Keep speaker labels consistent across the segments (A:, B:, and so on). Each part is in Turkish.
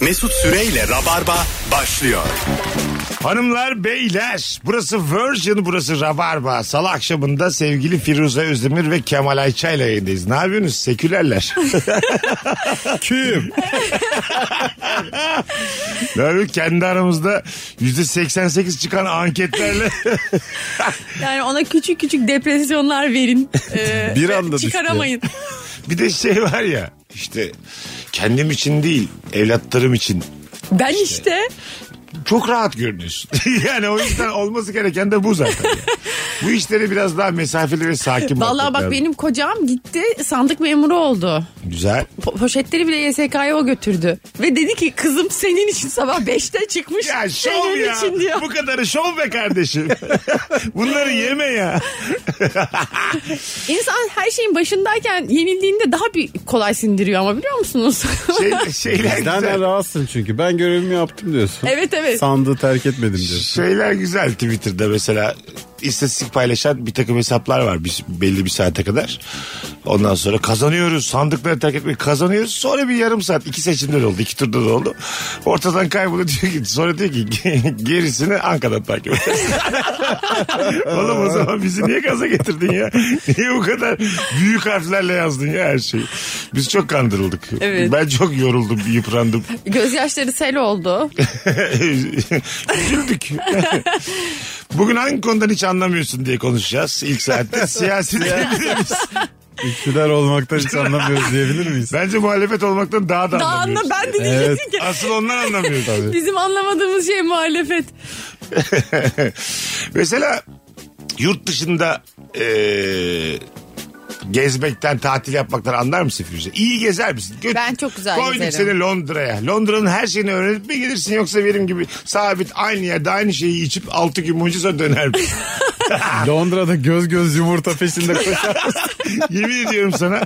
A: Mesut Süreyle Rabarba başlıyor.
B: Hanımlar, beyler burası Virgin, burası Rabarba. Salı akşamında sevgili Firuze Özdemir ve Kemal Ayça ile yayındayız. Ne yapıyorsunuz? Sekülerler.
C: Kim?
B: ne yapıyoruz? Kendi aramızda %88 çıkan anketlerle
D: Yani ona küçük küçük depresyonlar verin. Ee,
C: Bir anda düştü.
D: Çıkaramayın.
B: bir de şey var ya işte kendim için değil evlatlarım için
D: Ben işte
B: çok rahat görünüyorsun. yani o yüzden olması gereken de bu zaten. yani. Bu işleri biraz daha mesafeli ve sakin
D: vallahi
B: bakmak
D: bak
B: lazım.
D: benim kocam gitti sandık memuru oldu.
B: Güzel.
D: Po- poşetleri bile YSK'ya o götürdü. Ve dedi ki kızım senin için sabah 5'te çıkmış.
B: Ya şov
D: senin
B: ya.
D: için diyor.
B: Bu kadarı şov be kardeşim. Bunları yeme ya.
D: İnsan her şeyin başındayken yenildiğinde daha bir kolay sindiriyor ama biliyor musunuz?
B: Şey, şeyler
C: Bizden
B: güzel.
C: de rahatsın çünkü. Ben görevimi yaptım diyorsun.
D: Evet, evet.
C: Sandığı terk etmedim diyorsun.
B: Şeyler güzel Twitter'da mesela istatistik paylaşan bir takım hesaplar var biz belli bir saate kadar. Ondan sonra kazanıyoruz sandıkları terk etmeyi kazanıyoruz. Sonra bir yarım saat iki seçimde de oldu iki turda da oldu. Ortadan kayboluyor diyor ki sonra diyor ki gerisini Ankara'dan takip et. Oğlum o zaman bizi niye gaza getirdin ya? Niye bu kadar büyük harflerle yazdın ya her şeyi? Biz çok kandırıldık.
D: Evet.
B: Ben çok yoruldum yıprandım.
D: Gözyaşları sel oldu.
B: Güldük. Bugün hangi konudan hiç anlamıyorsun diye konuşacağız ilk saatte. Siyaset diyebiliriz.
C: İktidar olmaktan hiç anlamıyoruz diyebilir miyiz?
B: Bence muhalefet olmaktan daha da
D: Daha anla
B: anlamıyoruz.
D: ben de
C: Evet.
D: diyecektim ki.
B: Asıl onlar anlamıyor tabii.
D: Bizim anlamadığımız şey muhalefet.
B: Mesela yurt dışında e, gezmekten, tatil yapmaktan anlar mısın Firuze? İyi gezer misin? Göt-
D: Ben çok güzel
B: Koyduk
D: gezerim.
B: seni Londra'ya. Londra'nın her şeyini öğrenip mi gelirsin yoksa benim gibi sabit aynı yerde aynı şeyi içip 6 gün boyunca sonra döner misin?
C: Londra'da göz göz yumurta peşinde koşar.
B: Yemin ediyorum sana.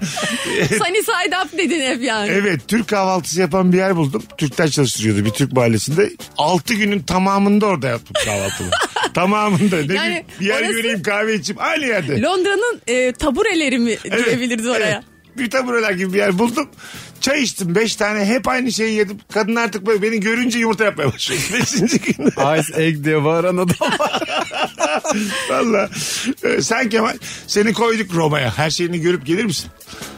D: Sunny side up dedin hep yani.
B: Evet Türk kahvaltısı yapan bir yer buldum. Türkler çalıştırıyordu bir Türk mahallesinde. 6 günün tamamında orada yaptım kahvaltımı. tamamında. Ne
D: Yani
B: bileyim, bir yer
D: orası-
B: göreyim kahve içeyim aynı yerde.
D: Londra'nın e, tabureleri mi
B: Evet,
D: diyebiliriz oraya?
B: evet. Bir tabureler gibi bir yer buldum. Çay içtim 5 tane hep aynı şeyi yedim. Kadın artık böyle beni görünce yumurta yapmaya başladı. 5. gün.
C: Ice egg diye bağıran adam.
B: Valla. Ee, Sen Kemal seni koyduk Roma'ya. Her şeyini görüp gelir misin?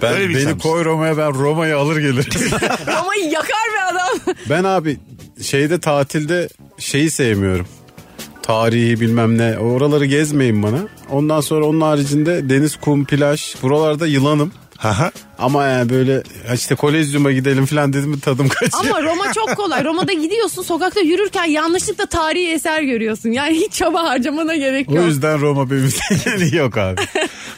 C: Ben,
B: Öyle bir
C: beni
B: insanmışsın.
C: koy Roma'ya ben Roma'yı alır gelirim.
D: Roma'yı yakar be adam.
C: ben abi şeyde tatilde şeyi sevmiyorum. Tarihi bilmem ne. Oraları gezmeyin bana. Ondan sonra onun haricinde deniz, kum, plaj. Buralarda yılanım.
B: Aha.
C: Ama yani böyle işte kolezyuma gidelim falan dedim mi tadım kaçıyor.
D: Ama Roma çok kolay. Roma'da gidiyorsun sokakta yürürken yanlışlıkla tarihi eser görüyorsun. Yani hiç çaba harcamana gerek
C: O
D: yok.
C: yüzden Roma benim yani yok abi.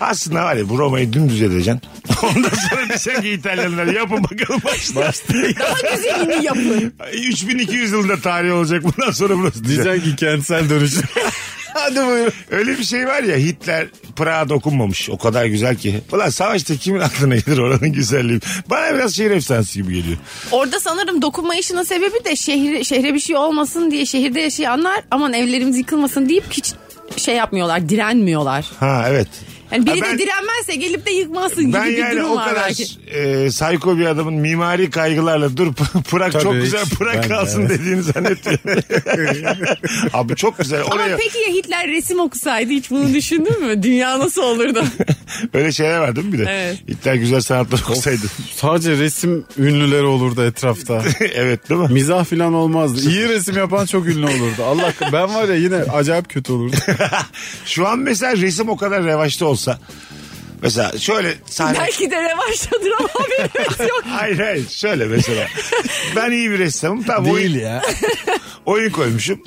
B: Aslında var ya bu Roma'yı dümdüz edeceksin. Ondan sonra diyeceksin ki İtalyanlar yapın bakalım başta.
D: Daha güzelini yapın.
B: Ay, 3200 yılında tarih olacak bundan sonra burası diyecek.
C: Diyeceksin ki kentsel dönüşüm. Hadi buyurun.
B: Öyle bir şey var ya Hitler Prag'a dokunmamış. O kadar güzel ki. Ulan savaşta kimin aklına gelir oranın güzelliği? Bana biraz şehir efsanesi gibi geliyor.
D: Orada sanırım dokunmayışının sebebi de şehri, şehre bir şey olmasın diye şehirde yaşayanlar aman evlerimiz yıkılmasın deyip hiç şey yapmıyorlar, direnmiyorlar.
B: Ha evet.
D: Yani biri
B: Ha, ben-
D: de direnmezse gelip de yıkmasın gibi
B: Ben
D: bir
B: yani
D: durum
B: o
D: var
B: kadar
D: belki.
B: e, sayko bir adamın mimari kaygılarla dur Prag
C: Tabii
B: çok
C: hiç.
B: güzel
C: Ben
B: Prag
C: de,
B: kalsın
C: evet.
B: dediğini zannetmiyorum. Abi çok güzel.
D: Ama
B: Oraya
D: peki ya Hitler resim okusaydı hiç bunu düşündün mü? Dünya nasıl olurdu?
B: öyle şeyler var değil mi bir de?
D: Evet.
B: Hitler güzel sanatlar okusaydı.
C: Sadece resim ünlüleri olurdu etrafta.
B: evet değil mi?
C: Mizah falan olmazdı. İyi resim yapan çok ünlü olurdu. Allah ben var ya yine acayip kötü olurdu.
B: Şu an mesela resim o kadar revaçta olsa. Mesela şöyle sahne.
D: Belki de revaçtadır ama haberimiz yok.
B: Hayır hayır şöyle mesela. ben iyi bir ressamım. Tamam oyun,
C: ya.
B: oyun koymuşum.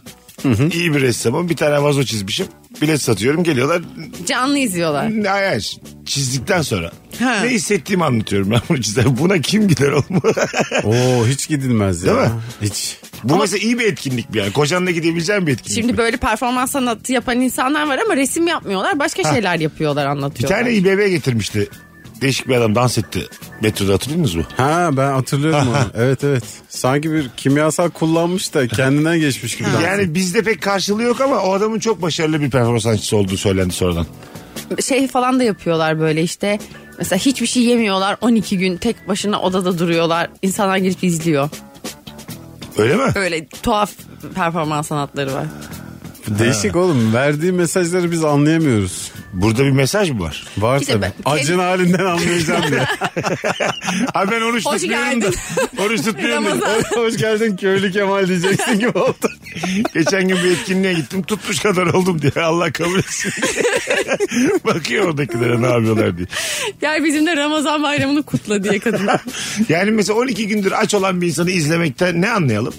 B: İyi bir ressamım. Bir tane vazo çizmişim. Bilet satıyorum. Geliyorlar.
D: Canlı izliyorlar.
B: Ne hayır. Çizdikten sonra.
D: Ha.
B: Ne hissettiğimi anlatıyorum ben bunu çizer. Buna kim gider oğlum?
C: Oo hiç gidilmez ya.
B: Değil mi?
C: Hiç.
B: Bu mesela iyi bir etkinlik bir yani. Kocanla gidebileceğin bir etkinlik.
D: Şimdi böyle performans sanatı yapan insanlar var ama resim yapmıyorlar. Başka şeyler yapıyorlar
B: bir
D: anlatıyorlar.
B: tane iyi bebeğe getirmişti değişik bir adam dans etti. Metroda hatırlıyor musunuz bu?
C: Ha ben hatırlıyorum onu. Evet evet. Sanki bir kimyasal kullanmış da kendinden geçmiş gibi. dans ediyor.
B: Yani bizde pek karşılığı yok ama o adamın çok başarılı bir performans sanatçısı olduğu söylendi sonradan.
D: Şey falan da yapıyorlar böyle işte. Mesela hiçbir şey yemiyorlar 12 gün tek başına odada duruyorlar. İnsanlar gelip izliyor.
B: Öyle mi?
D: Öyle tuhaf performans sanatları var.
C: Değişik oğlum. Verdiği mesajları biz anlayamıyoruz.
B: Burada bir mesaj mı var?
C: Var
D: Bir de
C: tabii.
D: ben-
C: Acın halinden anlayacağım diye.
B: Abi ben oruç
D: Hoş
B: tutmuyorum da.
D: geldin.
B: Oruç tutmuyorum dedim.
D: Ramazan.
C: Hoş geldin köylü Kemal diyeceksin gibi oldu.
B: Geçen gün bir etkinliğe gittim tutmuş kadar oldum diye Allah kabul etsin. Bakıyor oradakilere ne yapıyorlar diye.
D: Gel bizimle Ramazan bayramını kutla diye kadın.
B: Yani mesela 12 gündür aç olan bir insanı izlemekten ne anlayalım?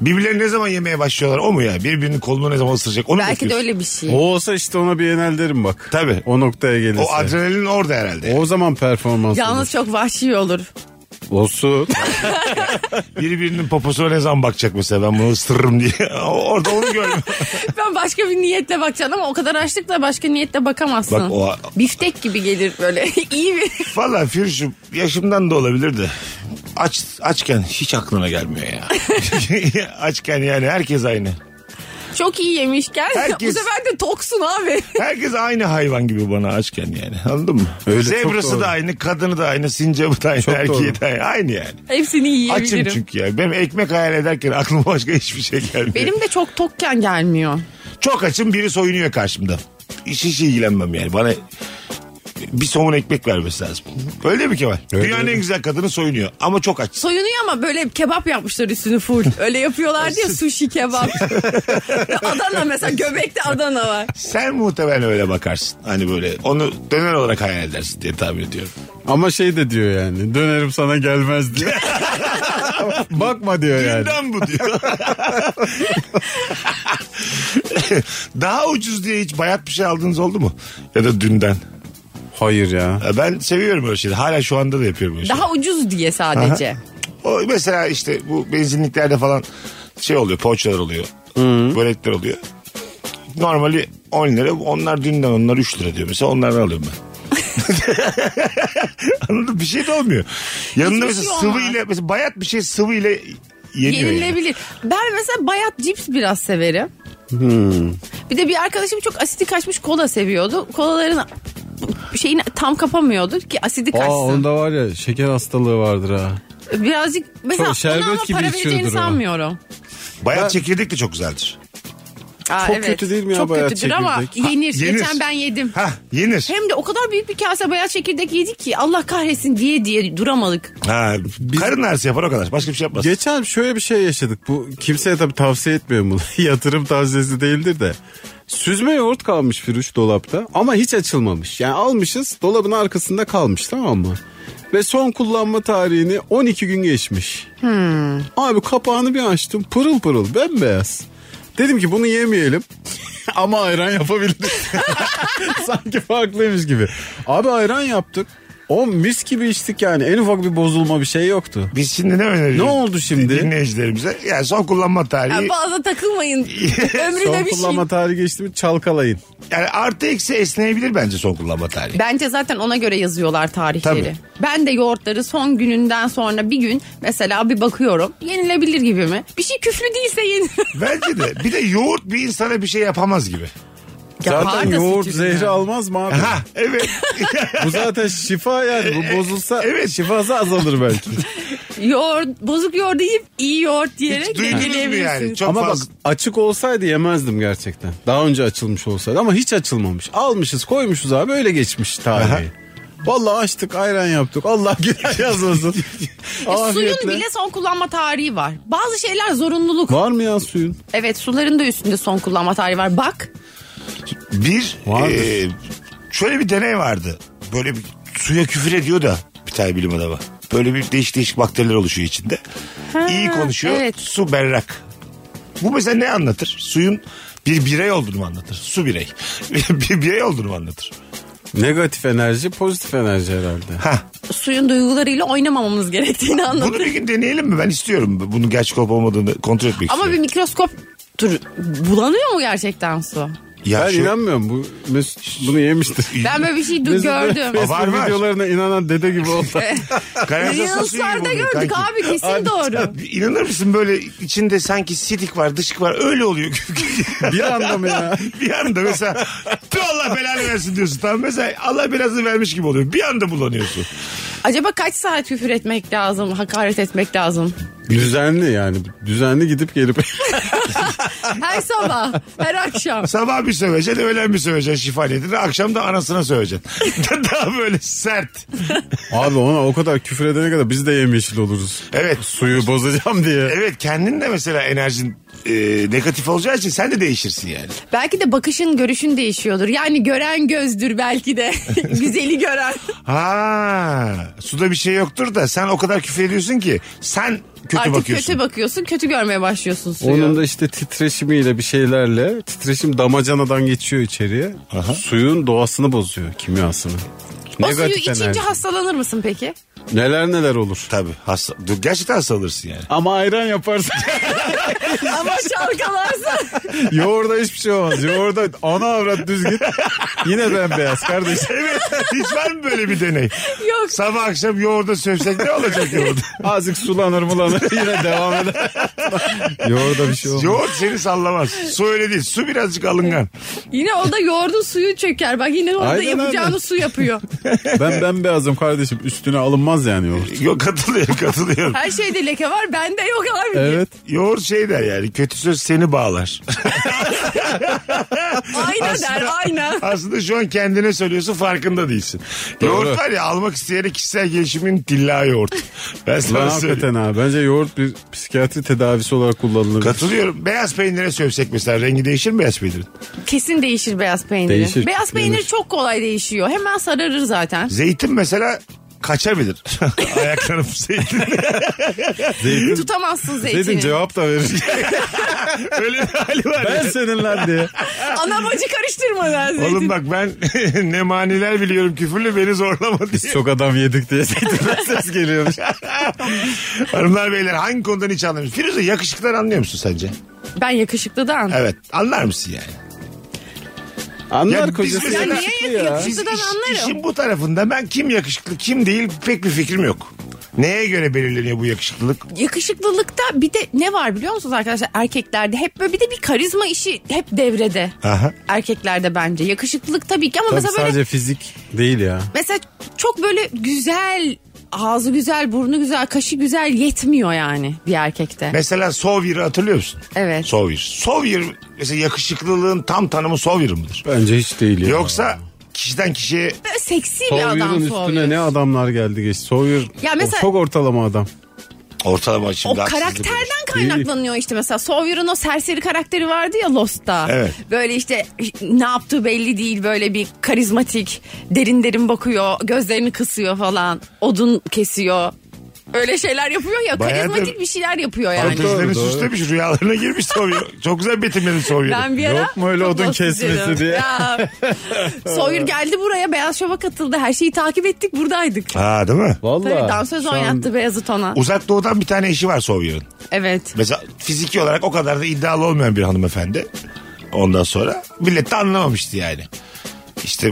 B: Birbirleri ne zaman yemeye başlıyorlar o mu ya? Birbirinin kolunu ne zaman ısıracak onu
D: Belki de
B: bekliyorsun.
D: öyle bir şey.
C: O olsa işte ona bir enel derim bak.
B: Tabii.
C: O noktaya gelirse.
B: O
C: O,
B: adrenalin orada herhalde.
C: zaman performans
D: Yalnız çok vahşi olur.
C: olur. Olsun.
B: Birbirinin poposuna ne zaman bakacak mesela ben bunu ısırırım diye. O- orada onu görmüyorum.
D: Ben başka bir niyetle bakacağım ama o kadar açlıkla başka niyetle bakamazsın.
B: Bak o-
D: Biftek gibi gelir böyle. İyi bir
B: Valla Firuş'um yaşımdan da olabilir de. Aç, açken hiç aklına gelmiyor ya. açken yani herkes aynı.
D: Çok iyi yemişken
B: Herkes-
D: bu sefer de toksun abi.
B: Herkes aynı hayvan gibi bana açken yani. Anladın mı?
C: Öyle, çok
B: Zebrası
C: doğru.
B: da aynı, kadını da aynı, sincabı da aynı,
C: Çok
B: erkeği
C: doğru.
B: de aynı. Aynı yani.
D: Hepsini
B: Açım
D: yiyebilirim.
B: çünkü yani. Benim ekmek hayal ederken aklıma başka hiçbir şey gelmiyor.
D: Benim de çok tokken gelmiyor.
B: Çok açım biri soyunuyor karşımda. Hiç hiç ilgilenmem yani. Bana bir somun ekmek vermesi lazım. Öyle mi Kemal?
C: Öyle,
B: Dünyanın
C: öyle.
B: en güzel kadını soyunuyor ama çok aç.
D: Soyunuyor ama böyle kebap yapmışlar üstünü full. Öyle yapıyorlar diye sushi kebap. Adana mesela göbekte Adana var.
B: Sen muhtemelen öyle bakarsın. Hani böyle onu döner olarak hayal edersin diye tahmin ediyorum.
C: Ama şey de diyor yani. Dönerim sana gelmez diyor. Bakma diyor yani.
B: Gündem bu diyor. Daha ucuz diye hiç bayat bir şey aldınız oldu mu? Ya da dünden.
C: Hayır ya.
B: Ya Ben seviyorum öyle şeyleri. Hala şu anda da yapıyorum öyle şeyleri.
D: Daha ucuz diye sadece.
B: O mesela işte bu benzinliklerde falan şey oluyor. Poğaçalar oluyor. Börekler oluyor. Normali 10 lira. Onlar dünden onlar 3 lira diyor. Mesela onlardan alıyorum ben. Anladın mı? Bir şey de olmuyor. Yanında
D: Hiçbir
B: mesela
D: şey
B: sıvı
D: olmaz.
B: ile mesela bayat bir şey sıvı ile yeniyor. yani.
D: Yenilebilir. Ben mesela bayat cips biraz severim.
C: Hmm.
D: Bir de bir arkadaşım çok asidi kaçmış kola seviyordu. Kolaların şeyini tam kapamıyordu ki asidi kaçsın.
C: Aa onda var ya şeker hastalığı vardır ha.
D: Birazcık mesela
C: Çok şerbet
D: ona ama
C: gibi
D: para
C: içiyordur
D: vereceğini
C: o.
D: sanmıyorum.
B: Bayat çekirdek de çok güzeldir.
D: Aa,
C: Çok kötü değil mi ya
D: Çok
C: bayağı
D: kötüdür ama
C: çekirdek?
D: yenir.
B: yenir.
D: Geçen ben yedim.
B: Hah yenir.
D: Hem de o kadar büyük bir kase bayağı çekirdek yedik ki Allah kahretsin diye diye duramadık.
B: Ha, karın ağrısı yapar o kadar. Başka bir şey yapmaz.
C: Geçen şöyle bir şey yaşadık. Bu kimseye tabii tavsiye etmiyorum bunu. Yatırım tavsiyesi değildir de. Süzme yoğurt kalmış Firuş dolapta ama hiç açılmamış. Yani almışız dolabın arkasında kalmış tamam mı? Ve son kullanma tarihini 12 gün geçmiş. Abi kapağını bir açtım pırıl pırıl bembeyaz. Dedim ki bunu yemeyelim ama ayran yapabiliriz. Sanki farklıymış gibi. Abi ayran yaptık. O mis gibi içtik yani en ufak bir bozulma bir şey yoktu.
B: Biz şimdi ne öneriyoruz?
C: Ne oldu şimdi?
B: Dinleyicilerimize. Yani son kullanma
D: Yani
B: tarihi.
D: Bazı takılmayın.
C: Son
D: Ömrüne bir şey.
C: kullanma tarihi geçti mi çalkalayın.
B: Yani artı eksi esneyebilir bence son kullanma tarihi.
D: Bence zaten ona göre yazıyorlar tarihleri.
B: Tabii.
D: Ben de yoğurtları son gününden sonra bir gün mesela bir bakıyorum. Yenilebilir gibi mi? Bir şey küflü değilse yenir.
B: Bence de. Bir de yoğurt bir insana bir şey yapamaz gibi.
D: Yapar
C: zaten
D: da
C: yoğurt
D: sütü
C: zehri
D: yani.
C: almaz mı abi?
B: Ha evet.
C: Bu zaten şifa yani. Bu bozulsa
B: Evet.
C: şifası azalır belki.
D: Yoğurt, bozuk yoğurdu yiyip iyi yoğurt diyerek
B: Duydunuz mu yani?
D: yenilebilirsiniz.
B: Çok
C: ama
B: fazla.
C: bak açık olsaydı yemezdim gerçekten. Daha önce açılmış olsaydı ama hiç açılmamış. Almışız koymuşuz abi öyle geçmiş
B: Aha.
C: tarihi. Vallahi açtık ayran yaptık. Allah günah yazmasın.
D: E,
C: Afiyetle.
D: suyun bile son kullanma tarihi var. Bazı şeyler zorunluluk.
C: Var mı ya suyun?
D: Evet suların da üstünde son kullanma tarihi var. Bak
B: Bir
C: Vardır.
B: e, şöyle bir deney vardı. Böyle bir suya küfür ediyor da bir tane bilim adamı. Böyle bir değişik değişik bakteriler oluşuyor içinde. İyi konuşuyor.
D: evet.
B: Su berrak. Bu mesela ne anlatır? Suyun bir birey olduğunu mu anlatır? Su birey. bir birey olduğunu mu anlatır?
C: Negatif enerji pozitif enerji herhalde.
B: Ha.
D: suyun duygularıyla oynamamamız gerektiğini anladım.
B: Bunu bir gün deneyelim mi? Ben istiyorum. Bunu gerçek olup olmadığını kontrol etmek
D: Ama bir
B: istiyorum.
D: mikroskop dur bulanıyor mu gerçekten su?
B: Ya
C: ben
B: şu-
C: inanmıyorum bu Mesut bunu yemiştir.
D: Ben böyle bir şey du-
C: Mesut-
D: gördüm.
C: Mesut
B: Var, var.
C: videolarına inanan dede gibi oldu.
B: Karadeniz fasulye gibi
D: Reels'larda
B: oluyor
D: gördük
B: kanki.
D: abi kesin doğru.
B: İnanır mısın böyle içinde sanki sidik var dışık var öyle oluyor.
C: bir anda mı ya?
B: bir anda mesela "Tüh Allah belanı versin diyorsun tamam mesela Allah belasını vermiş gibi oluyor. Bir anda bulanıyorsun.
D: Acaba kaç saat küfür etmek lazım, hakaret etmek lazım?
C: Düzenli yani. Düzenli gidip gelip.
D: Her sabah, her akşam.
B: Sabah bir söveceksin öğlen bir söveceksin şifa niyetine akşam da anasına söveceksin. Daha böyle sert.
C: Abi ona o kadar küfür edene kadar biz de yemyeşil oluruz.
B: Evet.
C: Suyu bozacağım diye.
B: Evet kendin de mesela enerjin e, negatif olacağı için sen de değişirsin yani.
D: Belki de bakışın, görüşün değişiyordur. Yani gören gözdür belki de. Güzeli gören.
B: Ha, suda bir şey yoktur da sen o kadar küfür ediyorsun ki sen kötü
D: Artık
B: bakıyorsun.
D: kötü bakıyorsun, kötü görmeye başlıyorsun suyu.
C: Onun da işte titreşimiyle bir şeylerle titreşim damacanadan geçiyor içeriye. Suyun doğasını bozuyor kimyasını.
D: o suyu
C: Negatif
D: içince
C: enerji.
D: hastalanır mısın peki?
C: Neler neler olur.
B: Tabii hasta, du- gerçekten hasta olursun yani.
C: Ama ayran yaparsın.
D: Ama şalkalarsa.
C: Yoğurda hiçbir şey olmaz. Yoğurda ana avrat düz git. Yine bembeyaz kardeşim.
B: Evet hiç var mı böyle bir deney?
D: Yok.
B: Sabah akşam yoğurda sövsek ne olacak yoğurda?
C: Azıcık sulanır mulanır yine devam eder. Yoğurda bir şey olmaz.
B: Yoğurt seni sallamaz. Su öyle değil. Su birazcık alıngan.
D: Yine o da yoğurdun suyu çöker. Bak yine orada
C: Aynen
D: yapacağını
C: abi.
D: su yapıyor.
C: Ben bembeyazım kardeşim üstüne alınmaz yani yoğurt.
B: Yok katılıyorum katılıyorum.
D: Her şeyde leke var bende yok abi.
C: Evet.
B: Yoğurt şey der yani kötü söz seni bağlar.
D: Ayna der
B: Aslında-
D: ayna.
B: Aslında şu an kendine söylüyorsun farkında değilsin. Yoğurt var ya almak isteyene kişisel gelişimin dilla yoğurt. Ben şey-
C: Lan
B: sana söyleyeyim.
C: hakikaten ha. Bence yoğurt bir psikiyatri tedavisi olarak kullanılır.
B: Katılıyorum. Beyaz peynire sövsek mesela rengi değişir mi beyaz peynirin?
D: Kesin değişir beyaz peyniri.
C: Değişir,
D: Beyaz peynir
C: değişir.
D: çok kolay değişiyor. Hemen sararır zaten.
B: Zeytin mesela kaçabilir. Ayaklarım zeytin.
C: Zeytin,
D: Tutamazsın zeytini.
C: zeytin cevap da verir.
B: Öyle bir hali var. ya.
C: ben senin lan diye.
D: Ana bacı karıştırma lan zeytin.
B: Oğlum bak ben ne maniler biliyorum küfürlü beni zorlama diye.
C: Biz çok adam yedik diye zeytinden ses geliyormuş.
B: Hanımlar beyler hangi konudan hiç anlamıyorsun? Firuze yakışıklılar anlıyor musun sence?
D: Ben yakışıklıdan.
B: Evet anlar mısın yani?
C: Anlar
B: biz
C: kocası
B: mesela-
D: Ya
C: yakışıklı
D: niye yakıyor?
B: Biz
D: Yakışıklıdan anlarım.
B: işin bu tarafında ben kim yakışıklı kim değil pek bir fikrim yok. Neye göre belirleniyor bu yakışıklılık?
D: Yakışıklılıkta bir de ne var biliyor musunuz arkadaşlar? Erkeklerde hep böyle bir de bir karizma işi hep devrede.
B: Aha.
D: Erkeklerde bence. Yakışıklılık tabii ki ama
C: Tabii
D: mesela böyle
C: sadece fizik değil ya.
D: mesela çok böyle güzel ağzı güzel, burnu güzel, kaşı güzel yetmiyor yani bir erkekte.
B: Mesela Sovyer'i hatırlıyor musun?
D: Evet.
B: Sovyer. Sovyer mesela yakışıklılığın tam tanımı Sovyer midir?
C: Bence hiç değil ya.
B: Yoksa kişiden kişiye
D: Böyle seksi bir adam
C: Sawyer'ın
D: Sawyer.
C: üstüne ne adamlar geldi geç. Sawyer
D: Ya mesela-
C: o çok ortalama adam.
B: ortalama
D: O
B: şimdi haksızlık olur.
D: karakterden kaynaklanıyor işte mesela Sawyer'ın o serseri karakteri vardı ya Lost'ta.
B: Evet.
D: Böyle işte ne yaptığı belli değil böyle bir karizmatik derin derin bakıyor gözlerini kısıyor falan odun kesiyor. Öyle şeyler yapıyor ya
B: Bayağı da-
D: karizmatik bir şeyler yapıyor yani.
B: Fantezilerini
C: Doğru, doğru.
B: süslemiş rüyalarına girmiş Sovyer. Çok güzel betimledin Sovyer'i.
D: Ben bir ara
C: Yok mu öyle
D: çok
C: odun
D: lost
C: kesmesi
D: izledim.
C: diye?
D: Ya. Sawyer geldi buraya beyaz şova katıldı her şeyi takip ettik buradaydık.
B: Ha değil mi?
C: Vallahi.
D: Tabii dansöz
C: Şu an-
D: oynattı Beyazıt ona.
B: Uzak doğudan bir tane eşi var Sovyer'in.
D: Evet.
B: Mesela fiziki olarak o kadar da iddialı olmayan bir hanımefendi. Ondan sonra millet de anlamamıştı yani. İşte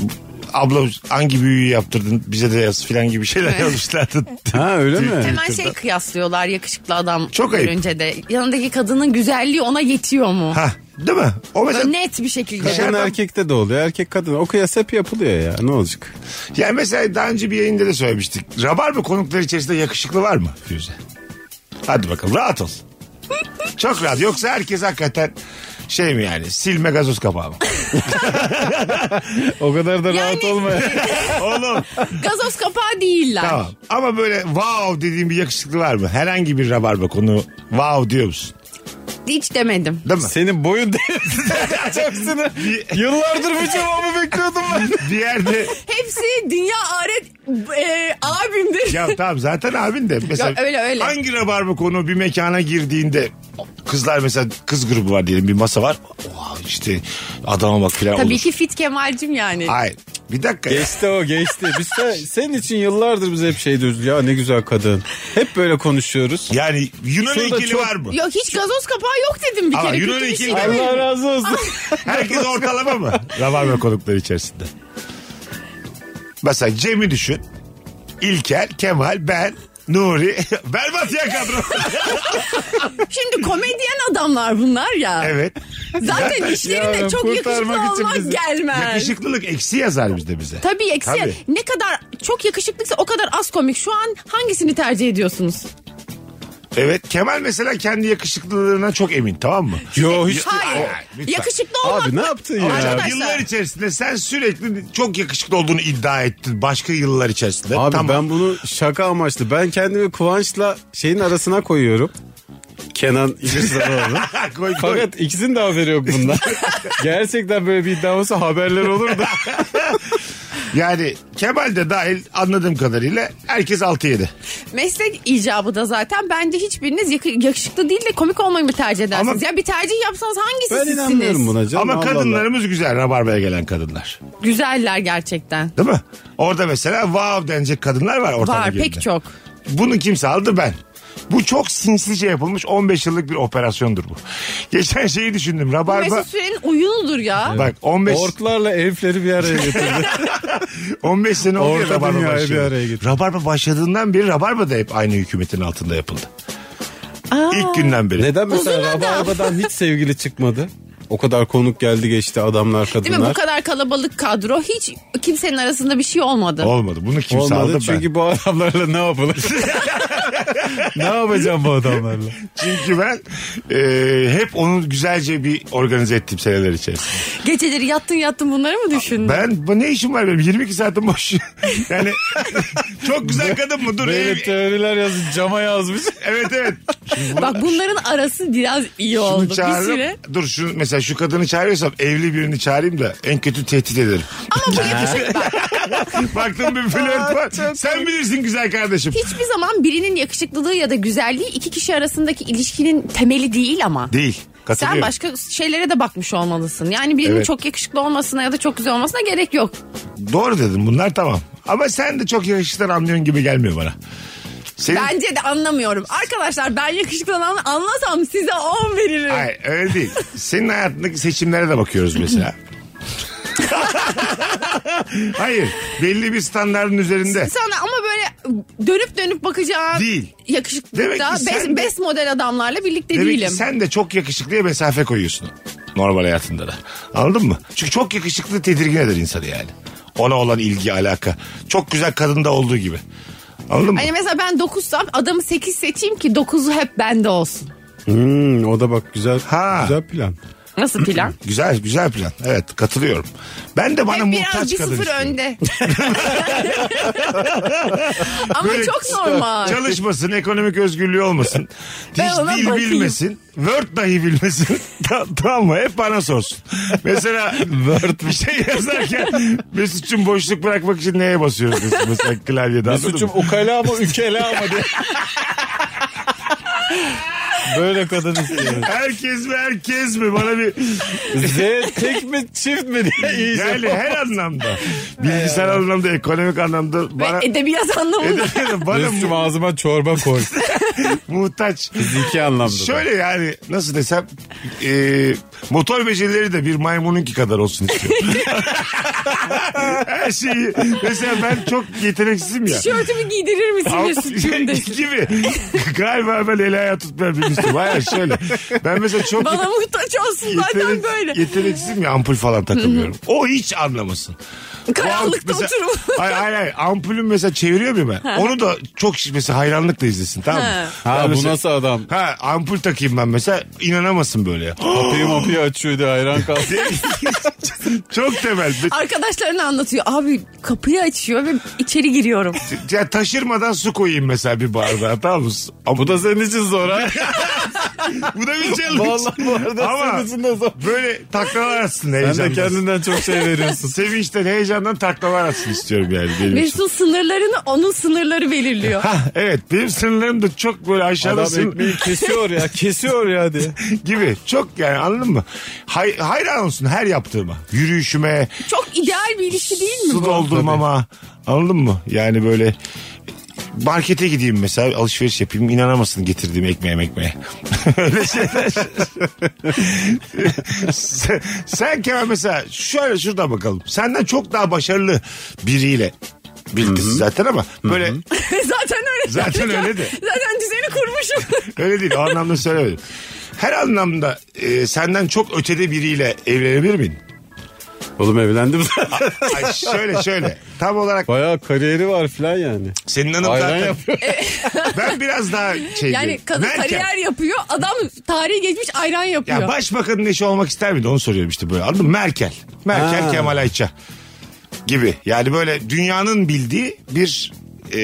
B: abla hangi büyüyü yaptırdın bize de yaz filan gibi şeyler yazmışlardı.
C: Ha öyle mi?
D: Hemen şey kıyaslıyorlar yakışıklı adam
B: Çok ayıp.
D: görünce de. Yanındaki kadının güzelliği ona yetiyor mu?
B: ha değil mi? O mesela
D: Net bir şekilde.
C: Kadın
B: Dışarıdan-
C: erkekte de oluyor. Erkek kadın. O kıyas hep yapılıyor ya. Ne olacak?
B: yani mesela daha önce bir yayında da söylemiştik. Rabarba konuklar içerisinde yakışıklı var mı Firuze? Hadi bakalım rahat ol. Çok rahat. Yoksa herkes hakikaten şey mi yani silme gazoz kapağı mı?
C: O kadar da
D: Yani-
C: rahat olma. ya.
B: Oğlum
D: Gazoz kapağı değiller.
B: Tamam. Ama böyle wow dediğin bir yakışıklı var mı? Herhangi bir rabarba konu wow diyor musun?
D: Hiç demedim.
B: Değil mi?
C: Senin boyun değil. Yapacaksın. Yıllardır bu cevabı bekliyordum ben.
B: Bir yerde
D: Hepsi dünya aret e, abimdir.
B: ya tamam zaten abin de mesela
D: Ya öyle, öyle.
B: hangi rabarba konu bir mekana girdiğinde kızlar mesela kız grubu var diyelim bir masa var. Oha işte adama bak filan
D: Tabii
B: olur.
D: ki Fit Kemal'cim yani.
B: Hayır. Bir dakika ya.
C: Geçti o geçti. Biz de senin için yıllardır biz hep şey diyoruz ya ne güzel kadın. Hep böyle konuşuyoruz.
B: Yani Yunan
C: Şurada
B: heykeli
C: çok-
B: var mı?
D: Yok hiç gazoz kapağı yok dedim bir
B: Ama
D: kere.
B: Yunan
D: Kötü bir
B: heykeli-
D: şey
B: Allah
D: demedim.
C: Allah razı olsun.
B: Herkes ortalama mı? Rabarba konukları içerisinde. Mesela Cem'i düşün. İlker, Kemal, ben, Nuri. Berbat ya kadro.
D: Şimdi komedyen adamlar bunlar ya.
B: evet.
D: Zaten işlerinde
C: ya,
D: çok yakışıklı
C: kurtarmak için
D: olmak
C: bizi-
D: gelmez.
B: Yakışıklılık eksi yazar bizde bize.
D: Tabii eksi.
B: Tabii.
D: Ne kadar çok yakışıklıksa o kadar az komik. Şu an hangisini tercih ediyorsunuz?
B: Evet Kemal mesela kendi yakışıklılığına çok emin tamam mı?
C: Yo hiç.
D: Hayır.
B: lütfen.
D: Yakışıklı olmak.
C: Abi ne yaptın ya?
D: Arkadaşlar.
B: Yıllar içerisinde sen sürekli çok yakışıklı olduğunu iddia ettin başka yıllar içerisinde.
C: Abi
B: tamam.
C: ben bunu şaka amaçlı. Ben kendimi Kıvanç'la şeyin arasına koyuyorum. Kenan İmirzalıoğlu.
B: Ha, koy, koy.
C: Fakat ikisinin de haberi yok bundan. Gerçekten böyle bir iddia olsa haberler olurdu.
B: Yani Kemal de dahil anladığım kadarıyla herkes 6-7.
D: Meslek icabı da zaten bence hiçbiriniz yakı- yakışıklı değil de komik olmayı mı tercih edersiniz?
B: Ama-
D: ya bir tercih yapsanız hangisi
C: Ben
D: sizsiniz?
C: inanmıyorum buna canım.
B: Ama
C: Allah Allah.
B: kadınlarımız güzel Rabarba'ya gelen kadınlar.
D: Güzeller gerçekten.
B: Değil mi? Orada mesela wow denecek kadınlar var ortada.
D: Var
B: günde.
D: pek çok.
B: Bunu kimse aldı ben. Bu çok sinsice yapılmış 15 yıllık bir operasyondur bu. Geçen şeyi düşündüm. Rabarba
D: Mesut Süren'in oyunudur ya.
B: bak 15
C: Orklarla elfleri bir araya getirdi.
B: 15 sene oldu
C: Orta
B: Rabarba
C: dünyayı bir
B: başladı.
C: araya getirdi.
B: Rabarba başladığından beri Rabarba da hep aynı hükümetin altında yapıldı.
D: Aa.
B: İlk günden beri.
C: Neden mesela
D: Uzun adam.
C: Rabarba'dan hiç sevgili çıkmadı? O kadar konuk geldi geçti adamlar kadınlar.
D: Değil mi bu kadar kalabalık kadro hiç kimsenin arasında bir şey olmadı.
B: Olmadı. Bunu kimse
C: Olmadı
B: aldı
C: çünkü bu adamlarla ne yapılır? ne yapacağım bu adamlarla?
B: ben. Çünkü ben e, hep onu güzelce bir organize ettim seneler içerisinde.
D: Geceleri yattın yattın bunları mı düşündün?
B: Ben bu ne işim var benim 22 saatim boş. Yani çok güzel kadın mı? Dur ev-
C: Böyle teoriler yazmış cama yazmış.
B: evet evet. Şimdi bunu-
D: Bak bunların arası biraz iyi
B: şunu
D: oldu. Bir
B: çağırırım.
D: süre.
B: Dur şu mesela şu kadını çağırıyorsam evli birini çağırayım da en kötü tehdit ederim.
D: Ama bu yakışık bak.
B: Baktım bir flört var. Sen bilirsin güzel kardeşim.
D: Hiçbir zaman birinin yakışıklılığı ya da güzelliği iki kişi arasındaki ilişkinin temeli değil ama.
B: Değil.
D: Sen
B: Katılıyorum.
D: başka şeylere de bakmış olmalısın. Yani birinin
B: Evet.
D: çok yakışıklı olmasına ya da çok güzel olmasına gerek yok.
B: Doğru dedim bunlar tamam. Ama sen de çok yakışıklıdan anlıyorsun gibi gelmiyor bana. Senin...
D: Bence de anlamıyorum. Arkadaşlar ben yakışıklıdan anla- anlasam size 10 veririm.
B: Hayır öyle değil. Senin hayatındaki seçimlere de bakıyoruz mesela. Hayır. Belli bir standartın üzerinde.
D: Sana ama böyle dönüp dönüp bakacağın
B: Değil. Demek
D: yakışıklıkta
B: ki sen de-
D: best, best model adamlarla birlikte
B: Demek ki
D: değilim.
B: sen de çok yakışıklıya mesafe koyuyorsun. Normal hayatında da. Anladın mı? Çünkü çok yakışıklı tedirgin eder insanı yani. Ona olan ilgi, alaka. Çok güzel kadında olduğu gibi. Anladın mı?
D: Hani mesela ben 9'sam adamı 8 seçeyim ki 9'u hep bende olsun.
C: Hmm, o da bak güzel
B: Ha.
C: güzel plan.
D: Nasıl plan?
B: Güzel, güzel plan. Evet, katılıyorum. Ben de bana
D: Hep
B: muhtaç
D: biraz bir
B: kadın
D: sıfır
B: istiyorum.
D: önde. Ama
B: Böyle
D: çok normal.
B: Çalışmasın, ekonomik özgürlüğü olmasın.
D: Ben
B: Hiç
D: ona
B: dil
D: bakayım.
B: bilmesin. Word dahi bilmesin. Ta- tamam mı? Hep bana sorsun. Mesela Word bir şey yazarken Mesut'cum boşluk bırakmak için neye basıyoruz? biz? Mesela klavyede anladın
C: Mesut'cum
B: mı?
C: ukala mı ükela mı diye. Böyle kadın istiyorum.
B: Herkes mi herkes mi? Bana bir
C: Z tek mi çift mi diye iyice.
B: yani her anlamda. Bilgisayar anlamda, ekonomik anlamda bana...
D: Ve edebiyat anlamında.
B: Edebiyat- bana
C: Mesut'cum
B: mu-
C: ağzıma çorba koy.
B: muhtaç.
C: Zeki anlamda. da.
B: Şöyle yani nasıl desem e, motor becerileri de bir maymununki kadar olsun istiyorum. Her şeyi mesela ben çok yeteneksizim ya.
D: Tişörtümü giydirir misin Mesut'cum desin.
B: gibi. Galiba ben el ayağı tutmayan birisiyim. Hayır şöyle. Ben mesela çok
D: Bana muhtaç olsun zaten
B: yetenek-
D: böyle.
B: yeteneksizim ya ampul falan takılmıyorum. o hiç anlamasın.
D: Karanlıkta
B: Mesela-
D: oturup.
B: Hayır hayır hayır. Ampulüm mesela çeviriyor muyum ben? Onu da çok mesela hayranlıkla izlesin tamam mı?
D: Ha.
C: Ha,
B: Ben
C: bu
B: mesela-
C: nasıl adam?
B: Ha ampul takayım ben mesela inanamasın böyle ya.
C: Kapıyı mapıyı açıyordu hayran kaldı.
B: Çok temel.
D: Arkadaşlarına anlatıyor. Abi kapıyı açıyor ve içeri giriyorum.
B: Ya taşırmadan su koyayım mesela bir bardağa tamam mı? Ama
C: Bu da senin için zor ha.
B: Bu da bir challenge.
C: Vallahi bu arada
B: Ama
C: senin için de zor.
B: böyle taklalar atsın
C: Sen de
B: heyecandan.
C: kendinden çok şey veriyorsun.
B: Sevinçten heyecandan taklalar atsın istiyorum yani. Benim için.
D: Mesut'un sınırlarını onun sınırları belirliyor.
B: Hah, evet benim sınırlarım da çok böyle aşağıda
C: Adam
B: sınır
C: ekmeği kesiyor ya kesiyor ya diye.
B: gibi. Çok yani anladın mı? Hay, hayran olsun her yaptığıma. Yürüyüşüme,
D: Çok ideal bir ilişki değil mi
B: su
D: bu?
B: doldurmama. Anladın mı? Yani böyle markete gideyim mesela alışveriş yapayım inanamazsın getirdiğim ekmeğe ekmeğe. Öyle şeyler. sen, sen Kemal mesela şöyle şuradan bakalım. Senden çok daha başarılı biriyle birliktesin zaten ama böyle
D: zaten öyle.
B: Zaten öyle de.
D: Zaten düzeni kurmuşum.
B: Öyle değil o anlamda söylemedim. Her anlamda e, senden çok ötede biriyle evlenebilir miyim?
C: Oğlum evlendim zaten.
B: Ay şöyle şöyle. Tam olarak
C: Bayağı kariyeri var filan yani.
B: senin hanım
C: Ayran
B: zaten.
C: yapıyor.
B: Ben biraz daha şey
D: yani
B: diyeyim.
D: kadın
B: Merkel.
D: kariyer yapıyor. Adam tarihi geçmiş ayran yapıyor.
B: Ya başbakanın eşi olmak ister miydi onu soruyorum işte böyle anladın mı? Merkel. Merkel
C: Ha.
B: Kemal Ayça gibi. Yani böyle dünyanın bildiği bir e,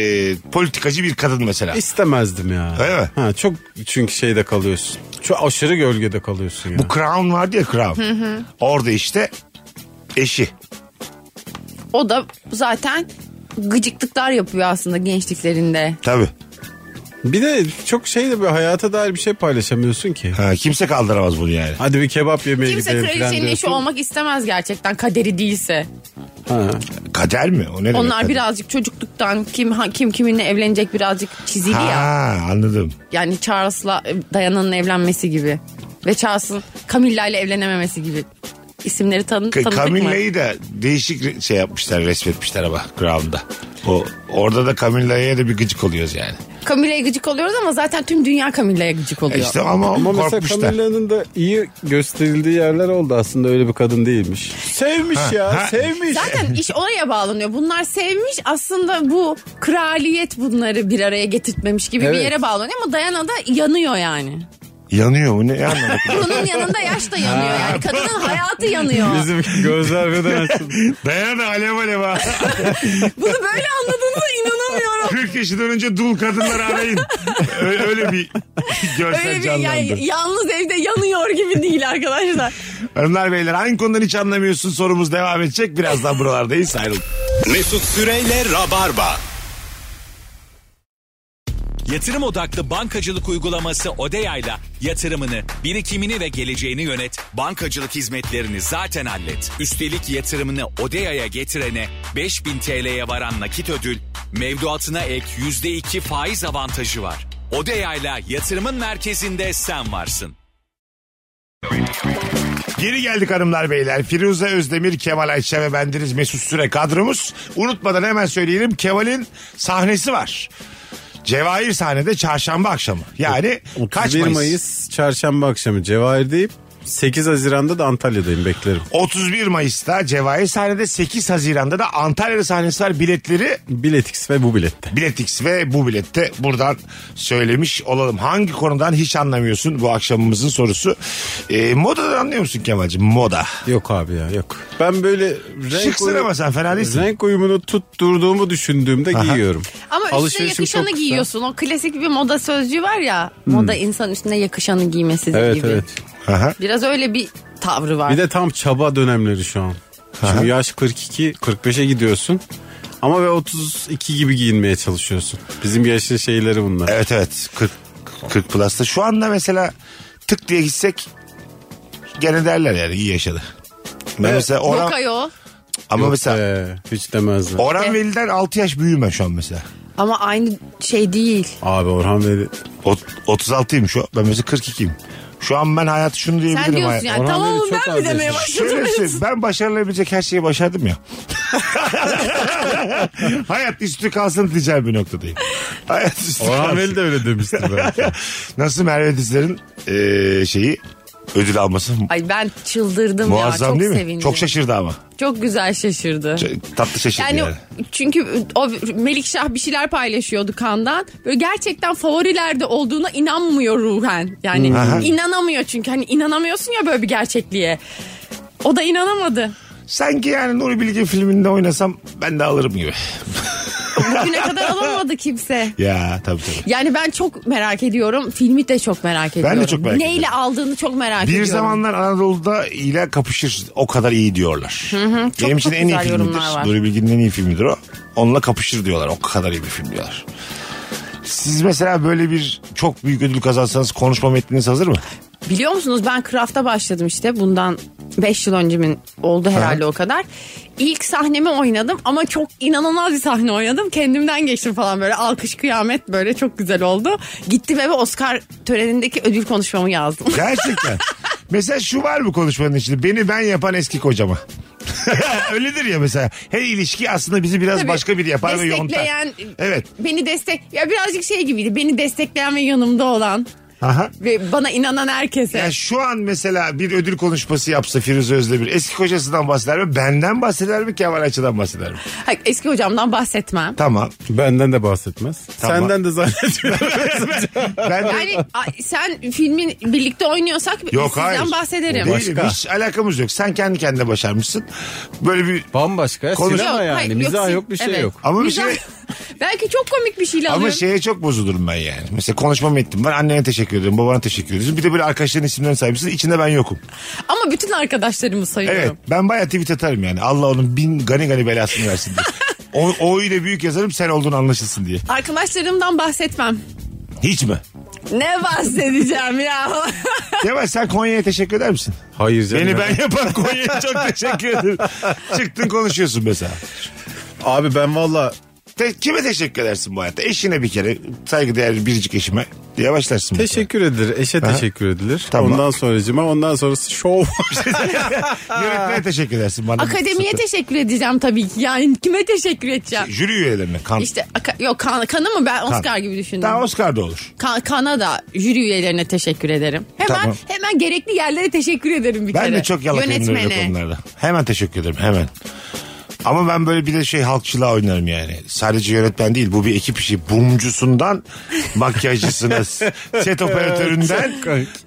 B: politikacı bir kadın
D: E,
B: mesela.
C: İstemezdim ya.
B: Öyle mi?
C: Ha, çok çünkü şeyde kalıyorsun. Çok aşırı gölgede kalıyorsun ya.
B: Bu Crown vardı ya Crown. Orada işte eşi.
D: O da zaten gıcıklıklar yapıyor aslında gençliklerinde.
B: Tabii.
C: Bir de çok şey de böyle hayata dair bir şey paylaşamıyorsun ki.
B: Ha, kimse kaldıramaz bunu yani.
C: Hadi bir kebap yemeye
D: Kimse
C: gidelim filan
D: kraliçenin eşi
C: diyorsun.
D: olmak istemez gerçekten kaderi değilse.
C: Ha.
B: Kader mi? O ne demek
D: Onlar
B: kader?
D: birazcık çocukluktan kim ha- kim kiminle evlenecek birazcık çizili ya.
B: Ha anladım.
D: Yani Charles'la e, Diana'nın evlenmesi gibi. Ve Charles'ın Camilla ile evlenememesi gibi. İsimleri tanı
B: K-
D: tanıdık mı?
B: Camilla'yı da değişik re- şey yapmışlar resmetmişler ama Crown'da. O, orada da Camilla'ya da bir gıcık oluyoruz yani.
D: Camilla'ya gıcık oluyoruz ama zaten tüm dünya Camilla'ya gıcık oluyor.
B: İşte ama,
C: Ama mesela
B: korkmuşlar.
C: Camilla'nın da iyi gösterildiği yerler oldu aslında öyle bir kadın değilmiş. Sevmiş ya
B: ha.
C: sevmiş.
D: Zaten iş oraya bağlanıyor. Bunlar sevmiş aslında bu kraliyet bunları bir araya getirtmemiş gibi bir
C: Evet.
D: yere bağlanıyor ama Diana da yanıyor yani.
B: Yanıyor mu ne Ne anlamadım.
D: Bunun yanında yaş da yanıyor yani. Kadının hayatı yanıyor.
C: Bizim gözler birden açıldı.
B: Dayana da alev alev ha.
D: Bunu böyle anladığınıza inanamıyorum.
B: 40 yaşından önce dul kadınları arayın. Ö- öyle bir görsel
D: Öyle bir
B: canlandı.
D: yani yalnız evde yanıyor gibi değil arkadaşlar.
B: Hanımlar beyler hangi konudan hiç anlamıyorsun sorumuz devam edecek. Birazdan buralardayız ayrılın.
A: Mesut Süreyle Rabarba.
E: Yatırım odaklı bankacılık uygulaması Odeya'yla yatırımını, birikimini ve geleceğini yönet. Bankacılık hizmetlerini zaten hallet. Üstelik yatırımını Odeya'ya getirene 5000 TL'ye varan nakit ödül, mevduatına ek %2 faiz avantajı var. Odeya'yla yatırımın merkezinde sen varsın.
B: Geri geldik hanımlar beyler. Firuze Özdemir, Kemal Ayça ve bendeniz Mesut Süre kadromuz. Unutmadan hemen söyleyelim Kemal'in sahnesi var. Cevahir sahnede çarşamba akşamı. Yani kaç
C: 31
B: Mayıs?
C: Mayıs? çarşamba akşamı Cevahir'deyim. 8 Haziran'da da Antalya'dayım beklerim.
B: 31 Mayıs'ta Cevahir sahnede 8 Haziran'da da Antalya'da sahnesi var. Biletleri
C: Biletix ve bu bilette.
B: Biletix ve bu bilette buradan söylemiş olalım. Hangi konudan hiç anlamıyorsun bu akşamımızın sorusu. Ee, modadan anlıyor musun Kemal'cim? Moda.
C: Yok abi ya yok. Ben böyle renk,
B: Şıksın ama sen fena değilsin.
C: renk uyumunu tutturduğumu düşündüğümde giyiyorum.
D: Ama üstüne
C: Alışverişim
D: yakışanı
C: çok kısa. Hmm.
D: giyiyorsun. O klasik bir moda sözcüğü var ya. Moda insan üstüne yakışanı giymesi
C: Evet
D: gibi.
C: evet.
B: Aha.
D: Biraz öyle bir tavrı var.
C: Bir de tam çaba dönemleri şu an. Şimdi yaş 42, 45'e gidiyorsun. Ama ve 32 gibi giyinmeye çalışıyorsun. Bizim yaşın şeyleri bunlar.
B: Evet evet 40 40 plus'ta. Şu anda mesela tık diye gitsek gene derler yani iyi yaşadı. Ben mesela
D: Yok
B: Orhan,
D: ayol.
B: ama
C: Yok
B: mesela
C: be, hiç demezler.
B: Orhan Veli'den 6 yaş büyüğüm ben şu an mesela.
D: Ama aynı şey değil.
C: Abi Orhan Veli.
B: Ot- 36'ymış o. Ben mesela 42'yim. Şu an ben hayatı şunu diyebilirim.
D: Sen diyorsun
B: hayat-
D: yani
C: Orhan
D: tamam
C: Veli
D: oğlum
C: çok
D: ben mi demeye
C: ağzı
D: başladım?
B: Şöyle şey- söyleyeyim, ben başarılabilecek her şeyi başardım ya. Hayat üstü kalsın diyeceğim bir noktadayım. Hayat üstü
C: Orhan
B: kalsın.
C: Veli de öyle demişti belki.
B: Nasıl Merve Dizler'in eee, şeyi ödül alması
D: Ay ben çıldırdım ya.
B: muazzam
D: Çok
B: değil mi?
D: sevindim.
B: Çok şaşırdı ama.
D: Çok güzel şaşırdı.
B: Ç- Tatlı şaşırdı yani.
D: Yani çünkü o Melikşah bir şeyler paylaşıyordu kandan. Böyle gerçekten favorilerde olduğuna inanmıyor ruhen. Yani inanamıyor çünkü. Hani inanamıyorsun ya böyle bir gerçekliğe. O da inanamadı.
B: Sanki yani Nuri Bilge filminde oynasam ben de alırım gibi.
D: Bugüne kadar alamadı kimse.
B: Ya tabii tabii.
D: Yani ben çok merak ediyorum. Filmi de çok merak ediyorum.
B: çok merak
D: Neyle
B: ediyorum.
D: aldığını çok merak
B: Bir
D: ediyorum.
B: zamanlar Anadolu'da ile kapışır o kadar iyi diyorlar.
D: Çok-
B: Benim için
D: çok
B: en iyi
D: güzel
B: filmidir.
D: yorumlar var.
B: Nuri Bilge'nin en iyi filmidir o. Onunla kapışır diyorlar. O kadar iyi bir film diyorlar. Siz mesela böyle bir çok büyük ödül kazansanız konuşma metniniz hazır mı?
D: Biliyor musunuz ben craft'a başladım işte bundan 5 yıl öncemin oldu herhalde o kadar. İlk sahnemi oynadım ama çok inanılmaz bir sahne oynadım. Kendimden geçtim falan böyle alkış kıyamet böyle çok güzel oldu. Gittim eve Oscar törenindeki ödül konuşmamı yazdım.
B: Gerçekten. mesela şu var mı konuşmanın içinde? Beni ben yapan eski kocama. Öyledir ya mesela. Her ilişki aslında bizi biraz
D: Tabii,
B: başka biri yapar ve yontar.
D: destekleyen,
B: Evet.
D: Beni destek ya birazcık şey gibiydi. Beni destekleyen ve yanımda olan
B: Aha.
D: ve bana inanan herkese.
B: Ya şu an mesela bir ödül konuşması yapsa Firuze Özdemir eski kocasından bahseder mi? Benden bahseder mi? Kemal Ayça'dan bahseder mi?
D: Hayır, eski hocamdan bahsetmem.
B: Tamam.
C: Benden de bahsetmez.
B: Tamam.
C: Senden de zannetmiyorum.
B: Ben de...
D: Yani a- sen filmin birlikte oynuyorsak
B: Yok
D: sizden
B: hayır.
D: bahsederim.
B: Değilim,
C: Başka.
B: hiç alakamız yok. Sen kendi kendine başarmışsın. Böyle bir
C: Bambaşka ya.
B: Konuş-
C: Sinema
D: Yok,
C: yani.
D: hayır,
C: Mizah
D: sin-
C: yok bir şey
D: evet.
C: yok.
B: Ama bir
D: Mizah-
B: şey-
D: Belki çok komik bir şeyle
B: ama şey-
D: alıyorum.
B: şeye çok bozulurum ben yani. Mesela konuşma metnim var. Annene teşekkür ederim. Babana teşekkür ederim. Bir de böyle arkadaşların isimlerini saymışsın. İçinde ben yokum.
D: Ama bütün arkadaşlarımı sayıyorum.
B: Evet. Ben bayağı tweet atarım yani. Allah onun bin gani gani belasını versin diye. O, o ile büyük yazarım sen olduğun anlaşılsın diye.
D: Arkadaşlarımdan bahsetmem.
B: Hiç mi?
D: Ne bahsedeceğim ya?
B: Yavaş sen Konya'ya teşekkür eder misin?
C: Hayır canım.
B: Beni
C: ya.
B: ben yapan Konya'ya çok teşekkür ederim. Çıktın konuşuyorsun mesela.
C: Abi ben valla
B: Te- kime teşekkür edersin bu hayatta? Eşine bir kere. Saygıdeğer biricik eşime. Yavaşlarsın. mesela.
C: teşekkür edilir. Eşe teşekkür edilir.
B: Tamam.
C: Ondan sonracıma ondan sonrası şov.
B: Yönetmene teşekkür edersin bana.
D: Akademiye
B: Sıkı.
D: teşekkür edeceğim tabii ki. Yani kime teşekkür edeceğim?
B: Jüri üyelerine. Kan.
D: İşte aka- yok kan, kanı mı ben Oscar
B: Kan.
D: gibi düşündüm.
B: Daha Oscar'da olur.
D: Ka- kana da jüri üyelerine teşekkür ederim. Hemen
B: Tamam.
D: hemen gerekli yerlere teşekkür ederim bir
B: Ben
D: kere.
B: de çok yalakayım böyle
D: Yönetmene.
B: konularda. Hemen teşekkür ederim hemen. Ama ben böyle bir de şey halkçılığa oynarım yani. Sadece yönetmen değil bu bir ekip işi. Bumcusundan makyajcısına, s- set operatöründen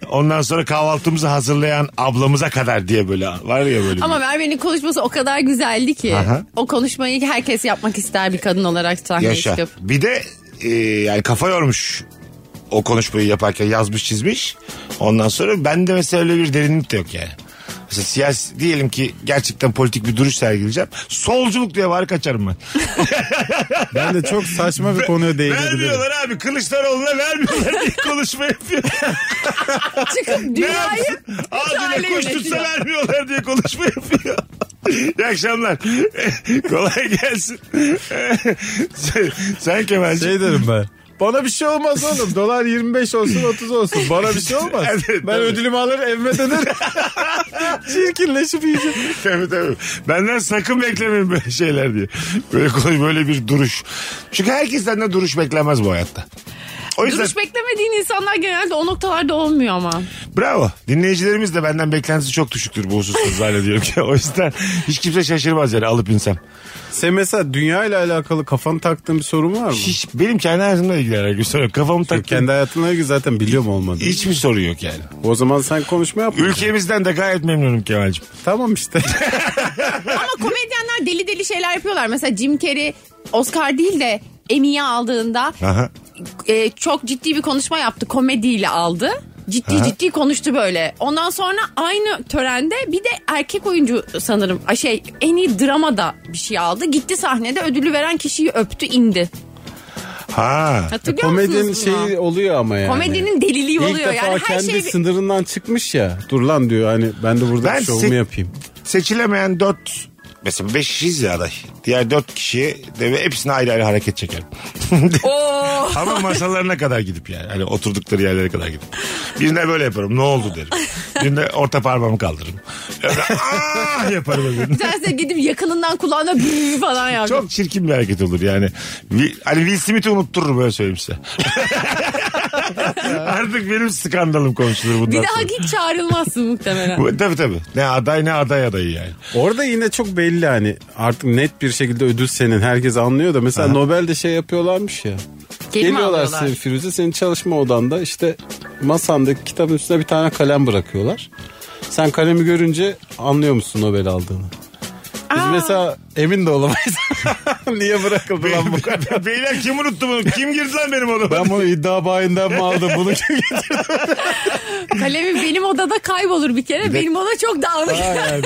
B: ondan sonra kahvaltımızı hazırlayan ablamıza kadar diye böyle var ya böyle.
D: Ama Merve'nin konuşması o kadar güzeldi ki.
B: Aha.
D: O konuşmayı herkes yapmak ister bir kadın olarak
B: bir
D: sahneye
B: yaşa.
D: çıkıp.
B: Bir de e, yani kafa yormuş o konuşmayı yaparken yazmış çizmiş. Ondan sonra ben de mesela öyle bir derinlik de yok yani. Mesela siyasi diyelim ki gerçekten politik bir duruş sergileyeceğim. Solculuk diye var kaçarım ben.
C: ben de çok saçma bir konuya değinebilirim.
B: Vermiyorlar abi Kılıçdaroğlu'na vermiyorlar diye konuşma yapıyor.
D: Çıkıp
B: Ne
D: dünyayı
B: yapsın?
D: müdahale
B: Ağzıyla koştursa
D: yönetiyor.
B: vermiyorlar diye konuşma yapıyor. İyi akşamlar. Kolay gelsin. sen, sen Kemal'cim.
C: Şey derim ben. Bana bir şey olmaz oğlum. Dolar 25 olsun 30 olsun. Bana bir şey olmaz.
B: Evet,
C: ben
B: tabii.
C: ödülümü alır evime dönerim. Çirkinleşip yiyeceğim.
B: tabii tabii. Benden sakın beklemeyin böyle şeyler diye. Böyle kolay böyle bir duruş. Çünkü herkesten de duruş beklemez bu hayatta. O yüzden
D: Duruş beklemediğin insanlar genelde o noktalarda olmuyor ama.
B: bravo. Dinleyicilerimiz de benden beklentisi çok düşüktür bu hususta zannediyorum ki. O yüzden hiç kimse şaşırmaz yani alıp insem.
C: Sen mesela dünya ile alakalı kafanı taktığın bir sorun var mı?
B: Hiç benim kendi hayatımla ilgili herhangi bir sorun yok. Kafamı
C: Yok,
B: taktım.
C: kendi hayatına ilgili zaten biliyorum olmadı.
B: Hiçbir sorun yok yani.
C: O zaman sen konuşma yapma.
B: Ülkemizden de gayet memnunum Kemal'cim.
C: Tamam işte.
D: Ama komedyenler deli deli şeyler yapıyorlar. Mesela Jim Carrey Oscar değil de Emmy'yi aldığında
B: Aha.
D: e, çok ciddi bir konuşma yaptı. Komediyle aldı. Ciddi ciddi konuştu böyle. Ondan sonra aynı törende bir de erkek oyuncu sanırım ay şey en iyi dramada bir şey aldı. Gitti sahnede ödülü veren kişiyi öptü indi.
B: Ha.
D: Hatırlıyor
C: Komedinin
D: musunuz bunu?
C: şeyi oluyor ama yani.
D: Komedinin deliliği
C: İlk
D: oluyor
C: defa
D: yani her
C: kendi
D: şey bir-
C: sınırından çıkmış ya. Dur lan diyor hani ben de burada
B: Ben
C: şovumu
B: se-
C: yapayım.
B: Seçilemeyen dört mesela beş kişiyiz ya aday. Diğer dört kişiye de ve hepsine ayrı ayrı hareket çekerim.
D: Oo.
B: Ama masalarına kadar gidip yani. Hani oturdukları yerlere kadar gidip. Birine böyle yaparım ne oldu derim. Birine orta parmağımı kaldırırım. Öbürüne ah yaparım öbürüne.
D: Terse gidip yakınından kulağına "Bıı" falan yaptı.
B: Çok çirkin bir hareket olur yani. Wi- Hani Will Smith'i unutturur böyle söyleyeyim size. Artık benim skandalım konuşulur bundan
D: bir daha
B: sonra.
D: hiç çağrılmazsın muhtemelen.
B: Bu- Tabii tabii. Ne aday ne aday adayı yani.
C: Orada yine çok belli hani artık net bir şekilde ödül senin herkes anlıyor da mesela Nobel'de şey yapıyorlarmış ya.
D: Gelin
C: Geliyorlar
D: alıyorlar.
C: senin Firuze senin çalışma odanda işte masandaki kitabın üstüne bir tane kalem bırakıyorlar. Sen kalemi görünce anlıyor musun Nobel aldığını? Biz mesela emin de olamayız. Niye bırakıldı lan bu?
B: Beyler kim unuttu bunu? Kim girdi lan benim onu?
C: Ben bunu iddia bayinden mi aldım? Bunu kim getirdi?
D: Kalemim benim odada kaybolur bir kere. benim oda çok dağınık.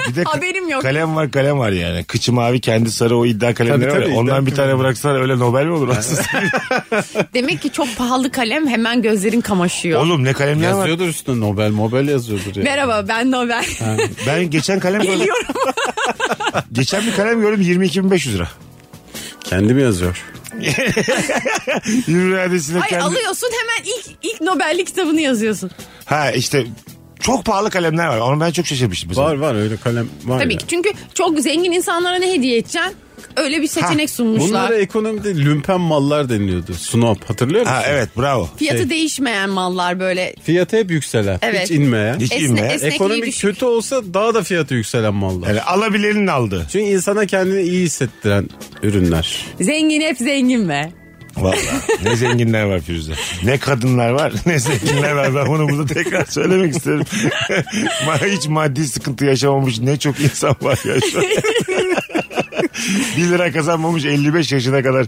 B: Bir de
D: Haberim yok.
B: Kalem var kalem var yani. Kıçı mavi kendi sarı o iddia kalemleri
C: Tabii,
B: var ya,
C: tabii,
B: Ondan
C: iddia
B: bir tane bıraksalar öyle Nobel mi olur aslında?
D: Demek ki çok pahalı kalem hemen gözlerin kamaşıyor.
B: Oğlum ne kalemler var.
C: Yazıyordur üstüne Nobel, Nobel yazıyordur ya.
D: Merhaba ben Nobel.
B: Ben geçen kalem gördüm.
D: Geliyorum.
B: geçen bir kalem gördüm 22.500 lira.
C: Kendi mi yazıyor?
B: İradesine
D: Ay
B: kendi.
D: alıyorsun hemen ilk ilk Nobel'lik kitabını yazıyorsun.
B: Ha işte çok pahalı kalemler var. Onu ben çok şaşırmıştım. mesela.
C: Var var öyle kalem var
D: Tabii
C: ya.
D: ki çünkü çok zengin insanlara ne hediye edeceksin? Öyle bir seçenek sunmuşlar.
C: Bunlara ekonomide lümpen mallar deniliyordu. Snob hatırlıyor musun?
B: Ha evet bravo.
D: Fiyatı değişmeyen mallar böyle
C: Fiyatı hep yükselen.
D: Evet.
C: Hiç inmeyen.
B: Hiç
D: esne,
B: inme.
D: esnekliği
C: Ekonomik
D: düşük.
C: kötü olsa daha da fiyatı yükselen mallar.
B: Yani alabilenin aldı.
C: Çünkü insana kendini iyi hissettiren ürünler.
D: Zengin hep zengin be.
B: Vallahi ne zenginler var Firuze. Ne kadınlar var ne zenginler var. Ben bunu burada tekrar söylemek isterim. Ma- Hiç maddi sıkıntı yaşamamış ne çok insan var ya şu an. 1 lira kazanmamış 55 yaşına kadar.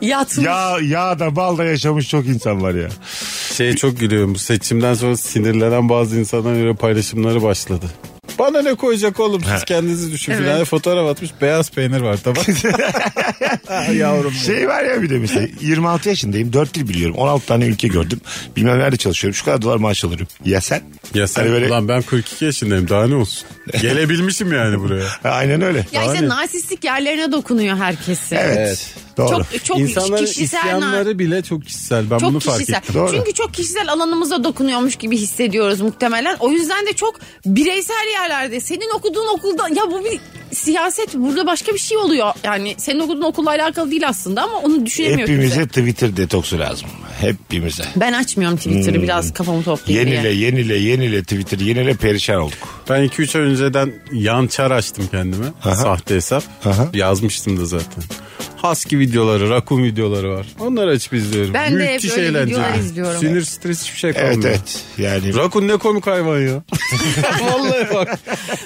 D: Yatmış.
B: Ya ya da bal da yaşamış çok insan var ya.
C: Şeye Şey, çok gülüyorum bu seçimden sonra sinirlenen bazı insanların öyle paylaşımları başladı. Bana ne koyacak oğlum siz kendinizi düşün
D: Evet.
C: filan. Fotoğraf atmış beyaz peynir var tamam. Ah, Yavrum. benim.
B: Şey var ya bir de mesela 26 yaşındayım 4 dil biliyorum 16 tane ülke gördüm. Bilmem nerede çalışıyorum şu kadar dolar maaş alırım. Ya sen?
C: Ya sen
B: Hani böyle-
C: lan ben 42 yaşındayım daha ne olsun. Gelebilmişim yani buraya.
B: Ha, Aynen öyle.
D: Ya işte
C: Yani-
D: narsistik yerlerine dokunuyor herkesi.
B: Evet. Doğru.
D: Çok çok
C: İnsanların
D: kişisel nar-
C: isyanları bile çok kişisel. Ben bunu
D: çok
C: fark
D: kişisel.
C: ettim.
B: Doğru.
D: Çünkü çok kişisel alanımıza dokunuyormuş gibi hissediyoruz muhtemelen. O yüzden de çok bireysel yerlerde. Senin okuduğun okulda ya bu bir siyaset burada başka bir şey oluyor. Yani senin okuduğun okulla alakalı değil aslında ama onu düşünemiyor kimse.
B: Hepimize Twitter detoksu lazım. Hepimize.
D: Ben açmıyorum
C: Hmm.
D: Twitter'ı biraz kafamı toplayayım
B: Yenile
D: diye.
B: yenile yenile Twitter yenile perişan olduk.
C: Ben 2-3 ay önceden yan çar açtım kendime. Sahte hesap.
B: Aha.
C: Yazmıştım da zaten. Husky videoları, rakun videoları var. Onları açıp izliyorum.
D: Ben de hep
C: Müthiş
D: öyle
C: eğlenceli.
D: videolar izliyorum.
C: Sinir stres hiçbir şey kalmıyor.
B: Evet evet. Yani
C: Rakun ne komik hayvan ya. Vallahi bak.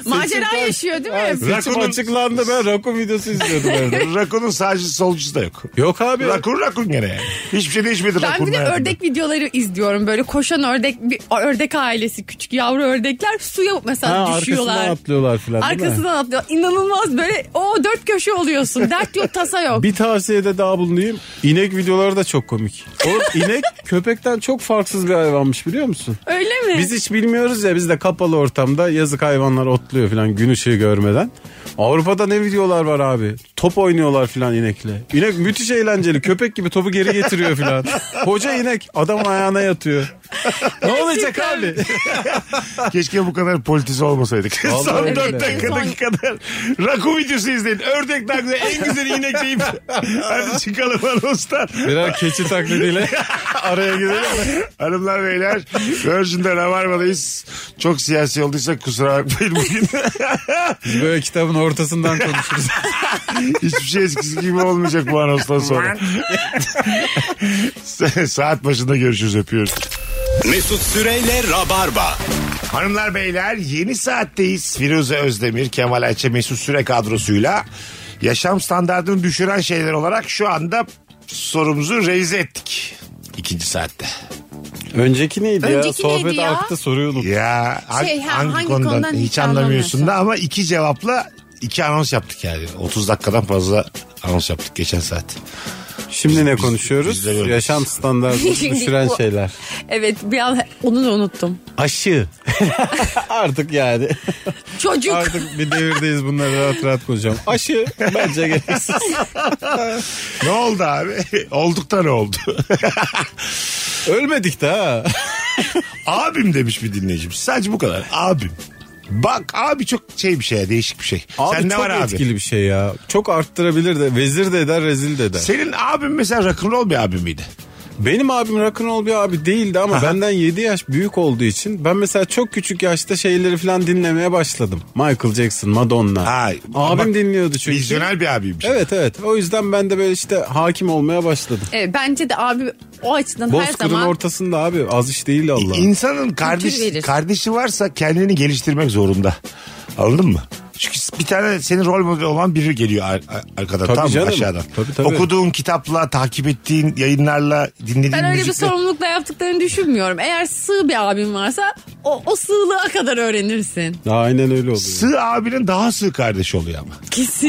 D: Macera yaşıyor değil mi?
C: Ay, seçim
B: Rakunun-
C: açıklandı ben rakun videosu izliyordum evde.
B: Rakun'un sağcısı solcusu da yok.
C: Yok abi.
B: Rakun rakun gene yani. Hiçbir şey değişmedi
D: Ben bir
B: rakunun
D: de
B: hayatında.
D: ördek videoları izliyorum. Böyle koşan ördek bir ördek ailesi küçük yavru ördekler suya mesela
C: Ha, arkasından
D: düşüyorlar.
C: atlıyorlar filan değil mi?
D: Arkasından atlıyor. İnanılmaz böyle o dört köşe oluyorsun. Dert yok tasa yok.
C: Bir tavsiyede daha bulunayım. İnek videoları da çok komik. Oğlum inek köpekten çok farksız bir hayvanmış biliyor musun?
D: Öyle mi?
C: Biz hiç bilmiyoruz ya biz de kapalı ortamda yazık hayvanlar otluyor falan gün ışığı görmeden. Avrupa'da ne videolar var abi? Top oynuyorlar filan inekle. İnek müthiş eğlenceli. Köpek gibi topu geri getiriyor filan. Koca inek adamın ayağına yatıyor. ne olacak abi?
B: Keşke bu kadar politize olmasaydık. Son
C: Vallahi
B: 4
C: öyle.
B: dakikadaki
D: Son-
B: kadar rakun videosu izleyin. Ördek taklidi en güzeli inek deyip hadi çıkalım anonstan.
C: Birer keçi taklidiyle araya girelim.
B: Hanımlar beyler Virgin'de Rabarba'dayız. Çok siyasi olduysa kusura bakmayın bugün.
C: Biz böyle kitabın ortasından konuşuruz.
B: Hiçbir şey eskisi gibi olmayacak bu anonstan sonra. Saat başında görüşürüz öpüyoruz.
A: Mesut Süreyle Rabarba.
B: Hanımlar beyler yeni saatteyiz. Firuze Özdemir, Kemal Ayça, Mesut Süre kadrosuyla yaşam standartını düşüren şeyler olarak şu anda sorumuzu reize ettik. İkinci saatte.
C: Önceki neydi ya?
D: Önceki
C: Sohbet
D: neydi ya?
C: aktı soruyorduk.
B: Ya hangi,
D: Şey, ha,
B: hangi
D: hangi
B: konudan,
D: konudan
B: hiç,
D: hiç
B: anlamıyorsun
D: anlamıyorsun.
B: da ama iki cevapla iki anons yaptık yani. 30 dakikadan fazla anons yaptık geçen saat.
C: Şimdi ne
B: biz- biz
C: konuşuyoruz?
B: de böyle-
C: Yaşam standartını
D: Şimdi
C: düşüren
D: bu-
C: şeyler.
D: Evet bir an onu da unuttum.
C: Aşı. Artık yani.
D: Çocuk.
C: Artık bir devirdeyiz bunları rahat rahat konuşacağım. Aşı bence gereksiz.
B: Ne oldu abi? Olduk da ne oldu?
C: Ölmedik de ha.
B: abim demiş bir dinleyicim. Sadece bu kadar. Abim. Bak abi çok şey bir şey değişik bir şey.
C: Abi
B: Sen ne
C: çok
B: var abi?
C: etkili bir şey ya. Çok arttırabilir de. Vezir de eder rezil de eder.
B: Senin abin mesela rock'n'roll bir abim miydi?
C: Benim abim rock'n'roll bir abi değildi ama benden 7 yaş büyük olduğu için ben mesela çok küçük yaşta şeyleri falan dinlemeye başladım. Michael Jackson, Madonna.
B: Ha,
C: abim
B: bak,
C: dinliyordu çünkü.
B: Vizyonel bir abiymiş.
C: Evet evet. O yüzden ben de böyle işte hakim olmaya başladım.
D: Evet, bence de abi o açıdan her
C: Bozkır'ın
D: zaman
C: ortasında abi az iş değil Allah.
B: İnsanın kardeş,
D: verir.
B: kardeşi varsa kendini geliştirmek zorunda. Anladın mı? Çünkü bir tane senin rol modeli olan biri geliyor ar- ar- arkadan
C: Tabii
B: tam mı?
C: canım.
B: aşağıdan.
C: Tabii, tabii.
B: Okuduğun kitapla, takip ettiğin yayınlarla, dinlediğin
D: Ben öyle bir
B: müzikle.
D: sorumlulukla yaptıklarını düşünmüyorum. Eğer sığ bir abim varsa o, o sığlığa kadar öğrenirsin.
C: Aynen öyle oluyor.
B: Sığ abinin daha sığ kardeşi oluyor ama.
D: Kesin.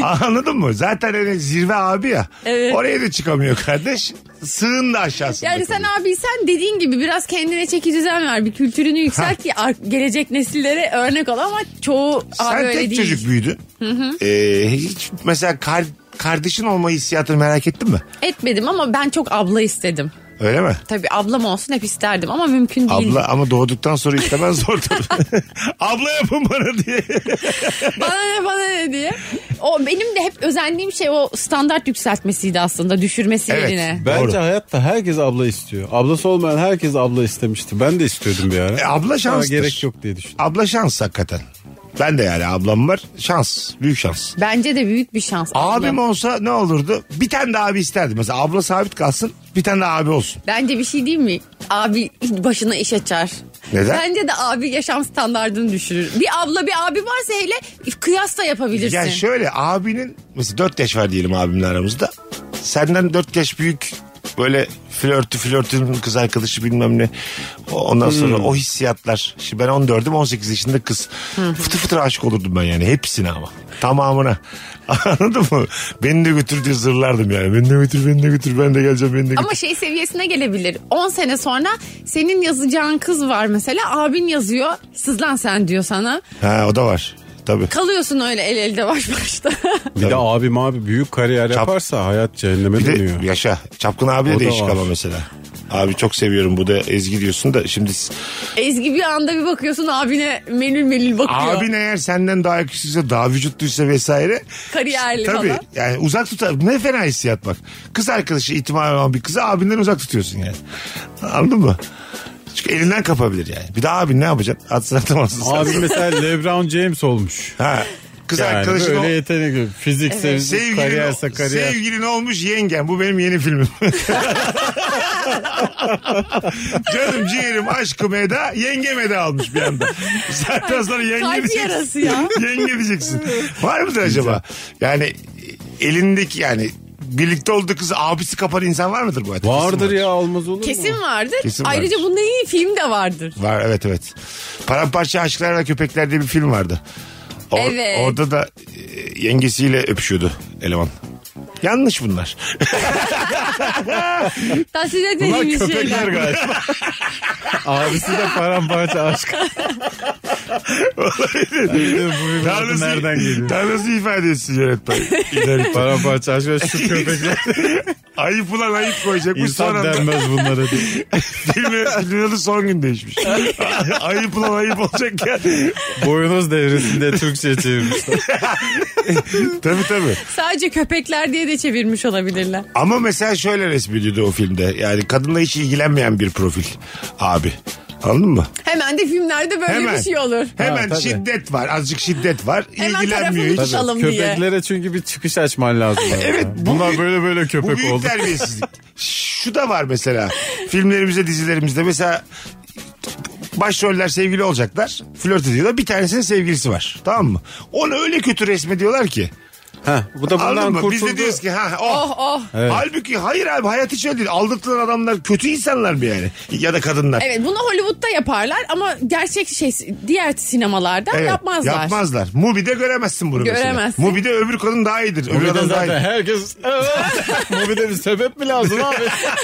B: Anladın mı? Zaten öyle zirve abi ya.
D: Evet.
B: Oraya da çıkamıyor kardeş. Sığın da aşağısında.
D: Yani sen
B: kalıyor.
D: abiysen dediğin gibi biraz kendine çeki düzen ver. Bir kültürünü yükselt ki ar- gelecek nesillere örnek ol ama çoğu abi
B: Sen
D: öyle
B: tek
D: değil.
B: çocuk büyüdün. Ee, hiç mesela kar- kardeşin olma hissiyatını merak ettin mi?
D: Etmedim ama ben çok abla istedim.
B: Öyle mi?
D: Tabii ablam olsun hep isterdim ama mümkün değil.
B: Abla ama doğduktan sonra istemen zor tabii. Abla yapın bana diye.
D: bana ne bana ne diye. O benim de hep özendiğim şey o standart yükseltmesiydi aslında düşürmesi
B: Evet.
D: yerine.
C: Bence
B: Doğru.
C: hayatta herkes abla istiyor. Ablası olmayan herkes abla istemişti. Ben de istiyordum bir ara.
B: E, abla
C: Ama
B: şanstır.
C: gerek yok diye düşündüm.
B: Abla şans hakikaten. Ben de yani ablam var. Şans. Büyük şans.
D: Bence de büyük bir şans.
B: Abim
D: ablam.
B: olsa ne olurdu? Bir tane de abi isterdim. Mesela abla sabit kalsın. Bir tane de abi olsun.
D: Bence bir şey değil mi? Abi başına iş açar.
B: Neden?
D: Bence de abi yaşam standartını düşürür. Bir abla bir abi varsa hele kıyas da yapabilirsin.
B: Yani şöyle abinin mesela 4 yaş var diyelim abimle aramızda. Senden 4 yaş büyük böyle flörtü flörtünün kız arkadaşı bilmem ne. O- Ondan sonra o hissiyatlar. Şimdi ben 14'üm 18 yaşında kız. Fıtı fıtı aşık olurdum ben yani hepsine ama. Tamamına. Anladın mı? Beni de götür diye zırlardım yani. Beni de götür, beni de götür, ben de geleceğim, beni de götür.
D: Ama şey seviyesine gelebilir. 10 sene sonra senin yazacağın kız var mesela. Abin yazıyor. Sızlan sen diyor sana.
B: Ha o da var. Tabii.
D: Kalıyorsun öyle el elde baş başta.
C: Bir de abim abi büyük kariyer yaparsa hayat cehenneme
B: Bir de
C: dönüyor.
B: yaşa. Çapkın abiye
C: O da
B: değişik
C: var.
B: ama mesela. Abi çok seviyorum bu da Ezgi diyorsun da şimdi s-
D: Ezgi bir anda bir bakıyorsun abine melül melül bakıyor.
B: abin eğer senden daha yakışıklıysa daha vücutluysa vesaire.
D: Kariyerli
B: Tabii
D: falan.
B: yani uzak tutar. Ne fena hissiyat bak. Kız arkadaşı ihtimal olan bir kızı abinden uzak tutuyorsun yani. Anladın mı? Çünkü elinden kapabilir yani. Bir daha abin ne yapacaksın? Atsın atamazsın. sen.
C: Abim mesela LeBron James olmuş.
B: Ha, kız
C: Yani
B: arkadaşın
C: böyle
B: o-
C: yetenek yok. Fizik, sevgi,
B: Sevgilin,
C: kariyerse kariyer.
B: sevgilin olmuş yengen. Bu benim yeni filmim. Canım ciğerim aşkım Eda yengem Eda almış bir anda. Zaten sonra yenge
D: Kalp
B: diyeceksin.
D: yarası ya.
B: yenge diyeceksin. Var mıdır acaba? Yani elindeki yani birlikte olduğu kız abisi kapan insan var mıdır bu hayatta? Kesin
C: Vardır ya olmaz olur mu?
D: Kesin vardır.
B: Kesin
D: Ayrıca
B: vardır.
D: bunda iyi film de vardır.
B: Var evet evet. Paramparça Aşklar ve Köpekler diye bir film vardı. Or-
D: Evet.
B: Orada da e, yengesiyle öpüşüyordu eleman. Yanlış bunlar.
D: Tahsil
C: Ulan
D: etmediğimiz
C: köpekler
D: şeyler.
C: galiba. Abisi de paramparça aşk. Olabilir. Bu bir
B: Daha
C: bakın
B: nasıl-
C: nereden geliyor?
B: Daha nasıl ifade etsin yönetmen? İleri-
C: Paramparça aşk ve şu köpekler.
B: ayıp ulan ayıp koyacakmış. Son
C: İnsan
B: anda
C: denmez bunlara diye.
B: filmi, filmin adı son gün değişmiş. ayıp ulan ayıp olacak ya.
C: Boyunuz devresinde Türkçe çevirmişler.
B: tabii tabii.
D: Sadece köpekler diye de çevirmiş olabilirler.
B: Ama mesela şöyle resmediyordu o filmde. Yani kadınla hiç ilgilenmeyen bir profil abi. Anladın mı?
D: Hemen de filmlerde böyle bir şey olur.
B: Hemen
C: Ha, tabii.
B: şiddet var. Azıcık şiddet var.
D: Hemen
B: İlgilenmiyor
D: tarafını
B: hiç.
D: tutalım. Alım diye.
C: Köpeklere çünkü bir çıkış açman lazım. evet. Bunlar böyle böyle
B: Bu
C: köpek
B: büyük
C: oldu.
B: terbiyesizlik. Şu da var mesela. Filmlerimizde, dizilerimizde mesela başroller sevgili olacaklar. Flört ediyorlar. Bir tanesinin sevgilisi var. Tamam mı? Onu öyle kötü resmediyorlar ki.
C: Ha, bu da
B: Anladın
C: bundan
B: mı?
C: kurtuldu.
B: Biz de diyoruz ki ha oh.
D: Oh oh.
B: Halbuki hayır abi hayat hiç öyle değil. Aldatılan adamlar kötü insanlar mı yani? Ya da kadınlar.
D: Evet bunu Hollywood'da yaparlar ama gerçek şey diğer sinemalarda
B: Evet,
D: yapmazlar.
B: Yapmazlar. Mubi'de göremezsin bunu
D: Göremezsin.
B: mesela. Mubi'de öbür kadın daha iyidir. Öbür
C: Movie'de
B: adam daha
C: zaten
B: iyidir.
C: herkes... Movie'de bir sebep mi lazım abi?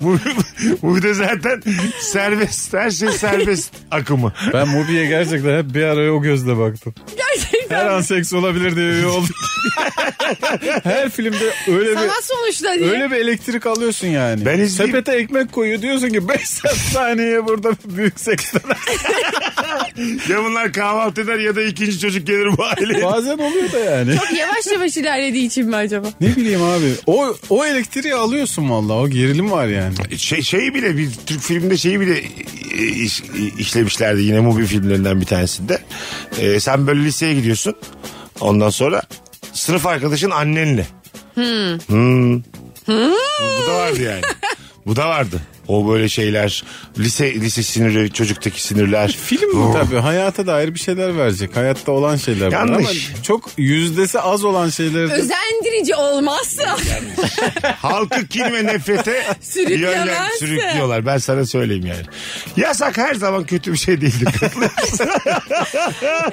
B: Mubi- Mubi'de zaten serbest. Her şey serbest akımı.
C: Ben Mubi'ye gerçekten hep bir ara o gözle baktım.
D: Gerçekten.
C: Her an seks olabilir diye üye oldum. Her filmde öyle bir...
D: Sanat sonuçta diye.
C: Öyle bir elektrik alıyorsun yani.
B: Ben izleyeyim.
C: Sepete ekmek koyuyor diyorsun ki 5 saniye burada büyük seksten.
B: Ya bunlar kahvaltı eder ya da ikinci çocuk gelir bu aileye.
C: Bazen oluyor da yani.
D: Çok yavaş yavaş ilerlediği için mi acaba?
C: Ne bileyim abi. O o elektriği alıyorsun vallahi. O gerilim var yani.
B: şey, şeyi bile bir Türk filminde şeyi bile e, iş- işlemişlerdi yine Mubi filmlerinden bir tanesinde. E, sen böyle liseye gidiyorsun. Ondan sonra sınıf arkadaşın annenle. Hmm. Bu da vardı yani. Bu da vardı. O böyle şeyler. Lise lise siniri, çocuktaki sinirler.
C: Film bu tabii. Hayata dair bir şeyler verecek. Hayatta olan şeyler bunlar
B: Yanlış.
C: ama çok yüzdesi az olan şeyleri de
D: Özendirici olmazsa
B: Halkı kin ve nefrete
D: Sürüklemezse.
B: yönlen- sürüklüyorlar. Ben sana söyleyeyim yani. Yasak her zaman kötü bir şey değildir.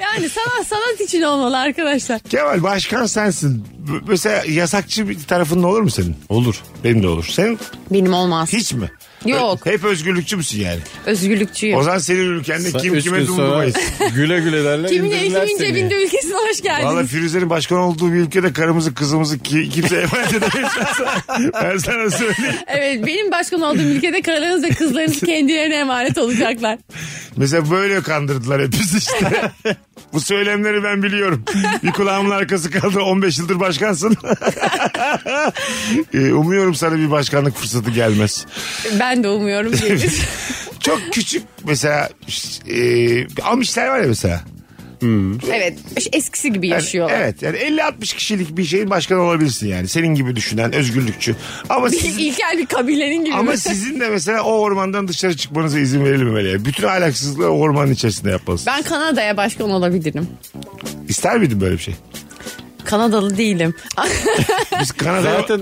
D: yani sanat sanat için olmalı arkadaşlar.
B: Kemal başkan sensin. B- Mesela yasakçı bir tarafın ne olur mu senin?
C: olur.
B: Benim de olur. Senin
D: Benim olmaz.
B: hiç mi?
D: Yok.
B: Hep özgürlükçü müsün yani?
D: Özgürlükçüyüm.
B: O zaman senin ülkende
C: Sa-
B: kim
C: üç
B: kime
C: gün sonra
B: dumdurmayız.
C: Güle güle derler
D: Kimin
C: indirirler
D: kimin
C: seni.
D: cebinde ülkesine hoş
B: Valla
D: geldiniz.
B: Firuze'nin başkan olduğu bir ülkede karımızı kızımızı ki, kimse emanet edemeyiz. ben sana söyleyeyim.
D: Evet benim başkan olduğum ülkede karılarınız ve kızlarınız kendilerine emanet olacaklar.
B: Mesela böyle kandırdılar hepimiz işte. Bu söylemleri ben biliyorum. Bir kulağımın arkası kaldı. 15 yıldır başkansın. Ee, Umuyorum sana bir başkanlık fırsatı gelmez.
D: Ben de umuyorum gelir.
B: Çok küçük mesela e, Amişler var ya mesela.
D: evet eskisi gibi
B: Yani,
D: yaşıyorlar.
B: evet yani 50-60 kişilik bir şeyin başkanı olabilirsin yani. Senin gibi düşünen özgürlükçü. Ama
D: Bir
B: sizin,
D: İlkel bir kabilenin gibi.
B: ama sizin de mesela o ormandan dışarı çıkmanıza izin verilmemeli. Yani Bütün ahlaksızlığı o ormanın içerisinde yapmalısın.
D: Ben Kanada'ya başkan olabilirim.
B: İster miydin böyle bir şey?
D: Kanadalı değilim.
B: Biz Kanada'ya...
C: Zaten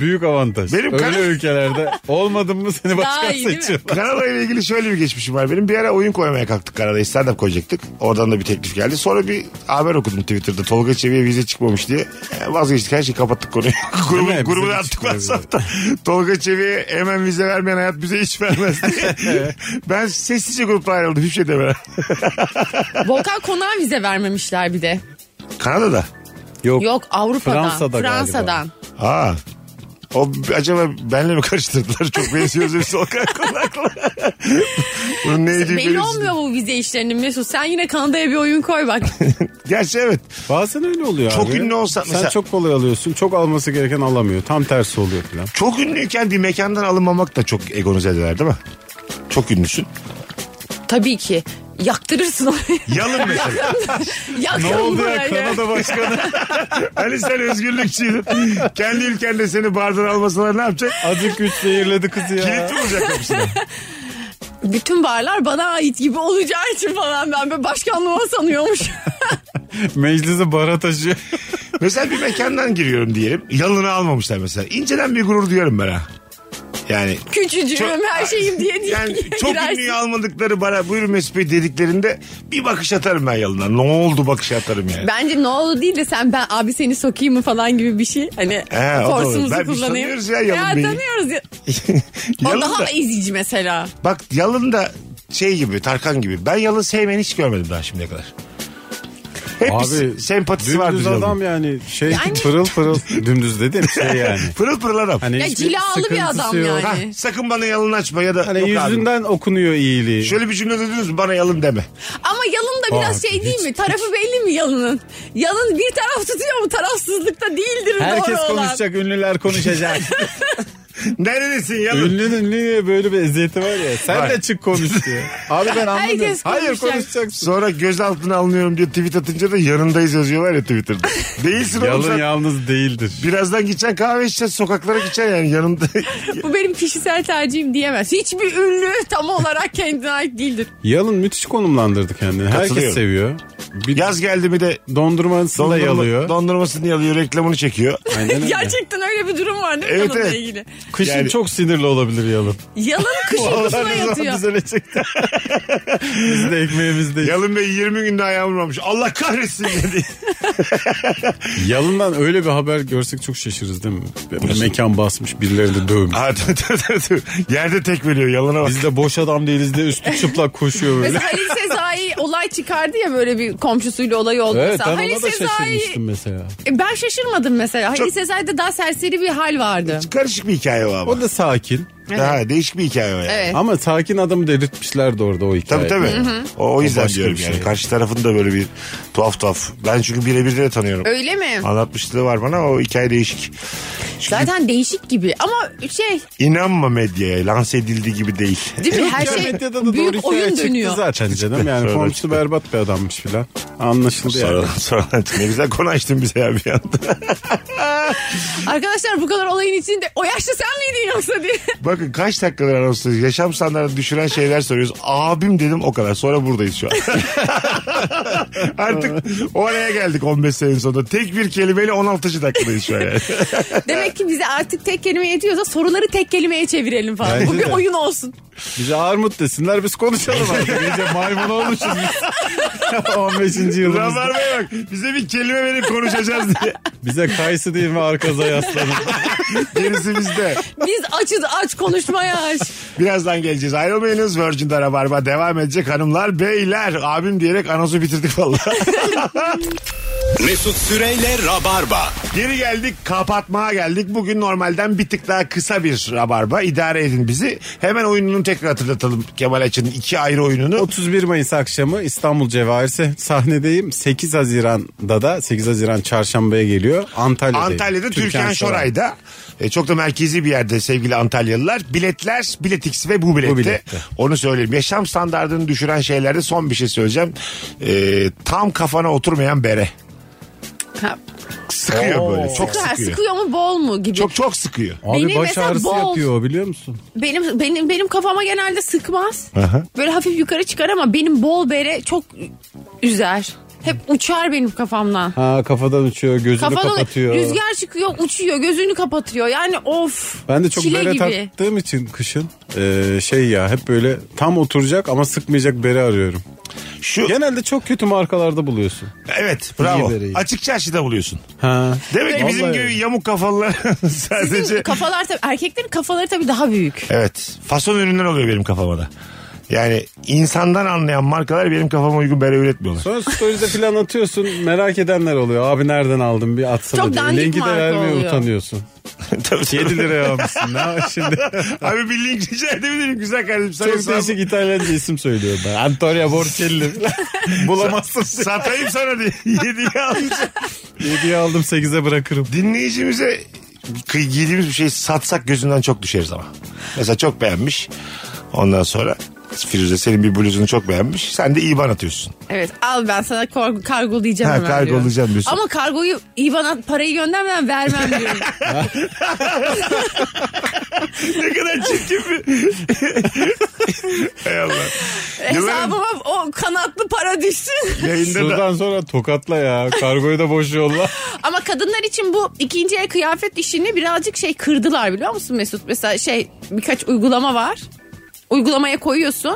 C: büyük avantaj.
B: Benim
C: Öyle
B: kan-
C: ülkelerde olmadın mı seni başkan
D: iyi değil mi?
C: seçiyor.
B: Kanada ile ilgili şöyle bir geçmişim var benim. Bir ara oyun koymaya kalktık Kanada'ya. Stand-up koyacaktık. Oradan da bir teklif geldi. Sonra bir haber okudum Twitter'da. Tolga Çevi'ye vize çıkmamış diye. E, Vazgeçtik her şeyi kapattık konuyu. Grubu,
C: mi? Bize
B: grubu
C: de
B: da attık
C: çıkmıyor
B: WhatsApp'ta. Tolga Çevi'ye hemen vize vermeyen hayat bize hiç vermez diye. ben sessizce grupla ayrıldım. Hiçbir şey demeden.
D: Volkan konağı vize vermemişler bir de.
B: Kanada'da.
D: Yok Avrupa'dan.
C: Fransa'da galiba.
D: Fransa'dan.
B: Aa. O acaba benle mi karıştırdılar? Çok benziyoruz hepsi o kadar konakla. Bunun neydi?
D: Belli olmuyor bu vize işlerinin Mesut. Sen yine Kanada'ya bir oyun koy bak.
B: Gerçi evet.
C: Bazen öyle oluyor
B: Çok
C: abi.
B: ünlü olsa-
C: Sen
B: mesela-
C: çok kolay alıyorsun. Çok alması gereken alamıyor. Tam tersi oluyor falan.
B: Çok ünlüyken bir mekandan alınmamak da çok egonu zedeler değil mi? Çok ünlüsün.
D: Tabii ki. Yaktırırsın orayı.
B: Yalın mesela.
D: Yaktın burayı.
C: başkanı?
B: hani sen özgürlükçüydün. Kendi ülkende seni bardan almasalar ne yapacak?
C: Azıcık güç zehirledi kızı ya.
B: Kilit vuracak kapısına.
D: Bütün barlar bana ait gibi olacağı için falan ben böyle başkanlığıma sanıyormuş.
C: Meclisi bara taşıyor.
B: mesela bir mekandan giriyorum diyelim. Yalını almamışlar mesela. İnceden bir gurur duyarım ben ha. Yani
D: Küçücüğüm her şeyim diye diye
B: yani çok
D: girersin.
B: ünlüyü almadıkları bana buyurun Mesut Bey dediklerinde bir bakış atarım ben yalına. Ne oldu bakış atarım yani.
D: Bence ne oldu değil de sen ben abi seni sokayım mı falan gibi bir şey. Hani
B: He, o da olur.
D: forsumuzu
B: Ben- biz
D: kullanayım.
B: tanıyoruz ya Yalın Bey'i.
D: tanıyoruz ya. O
B: Yalın
D: daha
B: da-
D: ezici mesela.
B: Bak yalın da şey gibi Tarkan gibi. Ben yalın sevmeni hiç görmedim daha şimdiye kadar. Hep bir se- sempatisi vardır
C: dümdüz
B: yalın.
C: adam yani şey
D: Yani-
C: pırıl pırıl dümdüz dedim şey yani.
B: Pırıl pırıl adam.
C: Hani
D: Ya
C: hiçbir
D: cilalı bir
C: sıkıntısı
D: adam yani.
B: Hah, sakın bana yalın açma ya da
C: Hani
B: yok abi.
C: yüzünden okunuyor iyiliği.
B: Şöyle bir cümle dediniz mi bana yalın deme.
D: Ama yalın da biraz
C: Aa,
D: şey değil mi? Tarafı belli mi yalının? Yalın bir taraf tutuyor mu? Tarafsızlıkta değildir
C: Herkes
D: doğru olan.
C: konuşacak, ünlüler konuşacak.
B: Neredesin yalın?
C: Ünlünün ünlüye böyle bir eziyeti var ya. Sen
B: Var.
C: de çık konuş diyor. Abi ben anladım.
D: Herkes
C: Hayır
D: konuşacak.
C: konuşacaksın.
B: Sonra gözaltına alınıyorum diye tweet atınca da yanındayız yazıyorlar ya Twitter'da. Değilsin oğlum sen.
C: Yalın yalnız değildir.
B: Birazdan gideceksin kahve içeceksin sokaklara gideceksin yani yanında.
D: Bu benim kişisel tercihim diyemez. Hiçbir ünlü tam olarak kendine ait değildir.
C: Yalın müthiş konumlandırdı kendini. Herkes
B: Katılıyorum.
C: seviyor. Bir
B: Yaz geldi mi de
C: dondurmasını da
B: dondurma,
C: yalıyor.
B: dondurmasını yalıyor reklamını çekiyor.
C: Aynen öyle.
D: Gerçekten öyle bir durum var değil mi
B: Evet,
D: yalınla
B: evet.
D: ilgili?
C: Kışın
B: Yani-
C: çok sinirli olabilir yalın.
D: Yalın kışın kusma yatıyor.
C: düzelecekti. Biz de ekmeğimizdeyiz.
B: Yalın Bey 20 günde ayağı vurmamış. Allah kahretsin dedi.
C: Yalından öyle bir haber görsek çok şaşırırız değil mi? Böyle mekan basmış birileri de dövmüş.
B: Ha, tabii, tabii, tabii. Yerde tek veriyor yalana bak.
C: Biz de boş adam değiliz de üstü çıplak koşuyor böyle.
D: Mesela Halil Sezai olay çıkardı ya böyle bir komşusuyla olay oldu.
C: Evet
D: mesela.
C: ben
D: Halil
C: ona da
D: Sezai
C: şaşırmıştım mesela.
D: E, ben şaşırmadım mesela. Halil Sezai'de daha serseri bir hal vardı.
B: Karışık bir hikaye var ama.
C: O da sakin.
B: Ha, değişik bir hikaye var yani.
D: Evet.
C: Ama sakin adamı delirtmişlerdi orada o
B: Tabii
C: hikaye.
B: tabii. O, o yüzden
C: başka
B: diyorum
C: bir
B: yani.
C: şey.
B: Karşı tarafın da böyle bir tuhaf tuhaf. Ben çünkü birebir de tanıyorum.
D: Öyle mi?
B: Anlatmışlığı var bana o hikaye değişik.
D: Zaten değişik gibi ama şey
B: İnanma medyaya lanse edildiği gibi değil.
D: değil mi her
C: Ya
D: şey
C: medyada da doğru
D: büyük
C: hikaye
D: oyun
C: çıktı
D: dönüyor.
C: zaten canım. Yani
B: Sonra
C: komşu
B: çıktı.
C: berbat bir adammış filan. Anlaşıldı yani.
B: Sonradan sonradan ne güzel konu açtın bize ya bir anda.
D: Arkadaşlar bu kadar olayın içinde o yaşta sen miydin yoksa diye.
B: Bak bakın kaç dakikadır anonsuz yaşam standartını düşüren şeyler soruyoruz. Abim dedim o kadar. Sonra buradayız şu an. Artık oraya geldik 15 senenin sonunda. Tek bir kelimeyle 16. dakikadayız şu an yani.
D: Demek ki bize artık tek kelime yetiyorsa soruları tek kelimeye çevirelim falan.
C: Bence
D: Bu bir
C: de.
D: oyun olsun.
C: Bize armut desinler biz konuşalım artık. İyice maymun olmuşuz biz. 15. yılımızda.
B: Rabarba'ya bak. Bize bir kelime verip konuşacağız diye.
C: Bize kayısı değil mi arkaza yaslanın.
B: Gerisi bizde.
D: Biz açız aç konuşmaya aç.
B: Birazdan geleceğiz. Ayrılmayınız. Virgin'de Rabarba devam edecek hanımlar, beyler. Abim diyerek anonsu bitirdik vallahi.
A: Mesut Süreyle Rabarba.
B: Geri geldik kapatmaya geldik. Bugün normalden bir tık daha kısa bir rabarba. İdare edin bizi. Hemen oyununu tekrar hatırlatalım Kemal Açı'nın iki ayrı oyununu.
C: 31 Mayıs akşamı İstanbul Cevahir'se sahnedeyim. 8 Haziran'da da 8 Haziran çarşambaya geliyor. Antalya'da.
B: Antalya'da Türkan Şoray'da. E, çok da merkezi bir yerde sevgili Antalyalılar. Biletler, Biletix ve bu bilette.
C: Bu Bilet'te.
B: Onu söyleyeyim. Yaşam standartını düşüren şeylerde son bir şey söyleyeceğim. E, tam kafana oturmayan bere.
D: Ha,
B: Sıkıyor böyle. Çok
D: Sıkıyor,
B: sıkıyor.
D: sıkıyor mu bol mu gibi.
B: Çok çok sıkıyor.
C: Abi
D: Benim
C: baş
D: mesela
C: ağrısı
D: bol-
C: yapıyor o biliyor musun?
D: Benim benim benim kafama genelde sıkmaz.
B: Aha.
D: Böyle hafif yukarı çıkar ama benim bol bere çok üzer. Hep uçar benim kafamdan.
C: Ha kafadan uçuyor gözünü
D: Kafadan
C: kapatıyor.
D: rüzgar çıkıyor, uçuyor, gözünü kapatıyor. Yani of.
C: Ben de çok
D: çile
C: bere
D: gibi.
C: taktığım için kışın e, şey ya hep böyle tam oturacak ama sıkmayacak bere arıyorum.
B: Şu
C: Genelde çok kötü markalarda buluyorsun.
B: evet bravo.
C: bereyi.
B: Açık çarşıda buluyorsun.
C: Ha.
B: Demek ki bizim
C: Vallahi.
B: gibi yamuk kafalılar sadece...
D: Sizin kafalar tabii, erkeklerin kafaları tabii daha büyük.
B: Evet. Fason üründen oluyor benim kafama da. Yani insandan anlayan markalar benim kafama uygun bere üretmiyorlar.
C: Sonra story'de filan atıyorsun merak edenler oluyor. Abi nereden aldın bir atsana
D: Çok
C: diye.
D: dandik
C: Linki de
D: marka
C: vermeye
D: oluyor.
C: utanıyorsun.
B: Tabii, tabii.
C: 7 liraya almışsın ne şimdi.
B: Abi bir link rica edebilirim güzel kardeşim. Sana
C: Çok
B: sat-
C: değişik İtalyanca isim söylüyorum ben. Antonio Borcelli falan. Bulamazsın.
B: Satayım sana diye. Yediye alınca.
C: 7'ye aldım 8'e bırakırım.
B: Dinleyicimize kıy- giydiğimiz bir şeyi satsak gözünden çok düşeriz ama. Mesela çok beğenmiş. Ondan sonra Firuze senin bir bluzunu çok beğenmiş. Sen de IBAN atıyorsun.
D: Evet al ben sana kor- kargo diyeceğim
B: Ha,
D: hemen
B: kargo
D: diyor.
B: diyeceğim diyorsun.
D: Ama kargoyu İvan'a parayı göndermeden vermem diyorum.
B: ne kadar çirkin bir. Hay Allah.
D: Hesabıma o kanatlı para düşsün.
B: Yayında da
C: Şuradan sonra tokatla ya. Kargoyu da boş yolla.
D: Ama kadınlar için bu ikinci el kıyafet işini birazcık şey kırdılar biliyor musun Mesut? Mesela şey birkaç uygulama var. Uygulamaya koyuyorsun.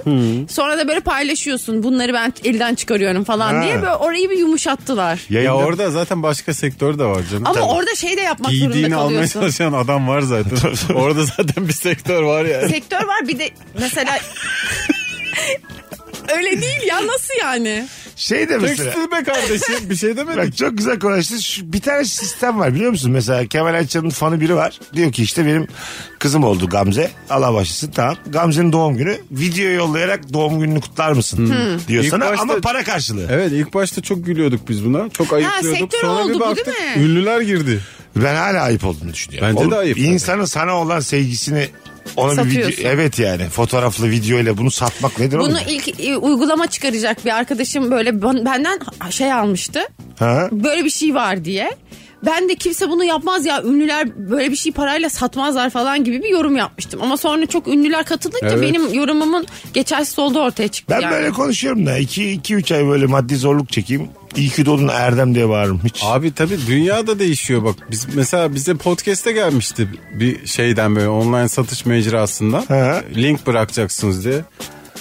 D: Sonra da böyle paylaşıyorsun. Bunları ben elden çıkarıyorum falan
B: Ha.
D: diye böyle orayı bir yumuşattılar.
B: Yayında-
C: Ya orada zaten başka sektör de var canım.
D: Ama orada şey de yapmak
C: Giydiğini
D: zorunda
C: almaya
D: kalıyorsun.
C: çalışan adam var zaten. orada zaten bir sektör var yani.
D: Sektör var bir de mesela Öyle değil ya nasıl yani?
B: şey de mesela.
C: Tekstil be kardeşim bir şey demedik.
B: Bak çok güzel konuştun. Şu- Bir tane sistem var biliyor musun? Mesela Kemal Ayça'nın fanı biri var. Diyor ki işte benim kızım oldu Gamze. Allah başlasın tamam. Gamze'nin doğum günü. Video yollayarak doğum gününü kutlar mısın? Diyor
C: Hmm. İlk
B: sana
C: başta-
B: ama para karşılığı.
C: Evet ilk başta çok gülüyorduk biz buna. Çok ayıplıyorduk.
D: sektör
C: Sonra
D: oldu
C: bir
D: bu,
C: baktık
D: değil mi?
C: ünlüler girdi.
B: Ben hala ayıp olduğunu düşünüyorum.
C: Bence de ayıp tabii.
B: İnsanın sana olan sevgisini ona bir video,
D: Satıyorsun.
B: evet yani fotoğraflı videoyla bunu satmak nedir oğlum?
D: Bunu ilk e, uygulama çıkaracak bir arkadaşım böyle ben- benden ha- şey almıştı.
B: Ha?
D: böyle bir şey var diye. Ben de kimse bunu yapmaz ya ünlüler böyle bir şey parayla satmazlar falan gibi bir yorum yapmıştım. Ama sonra çok ünlüler katılınca
C: Evet.
D: benim yorumumun geçersiz olduğu ortaya çıktı
B: Ben
D: yani.
B: böyle konuşuyorum da 2-3 ay böyle maddi zorluk çekeyim. İyi ki doğdun Erdem diye bağırırım hiç.
C: Abi tabii dünya da değişiyor bak. Biz mesela bize podcast'e gelmişti bir şeyden böyle online satış mecrasından.
B: He.
C: Link bırakacaksınız diye.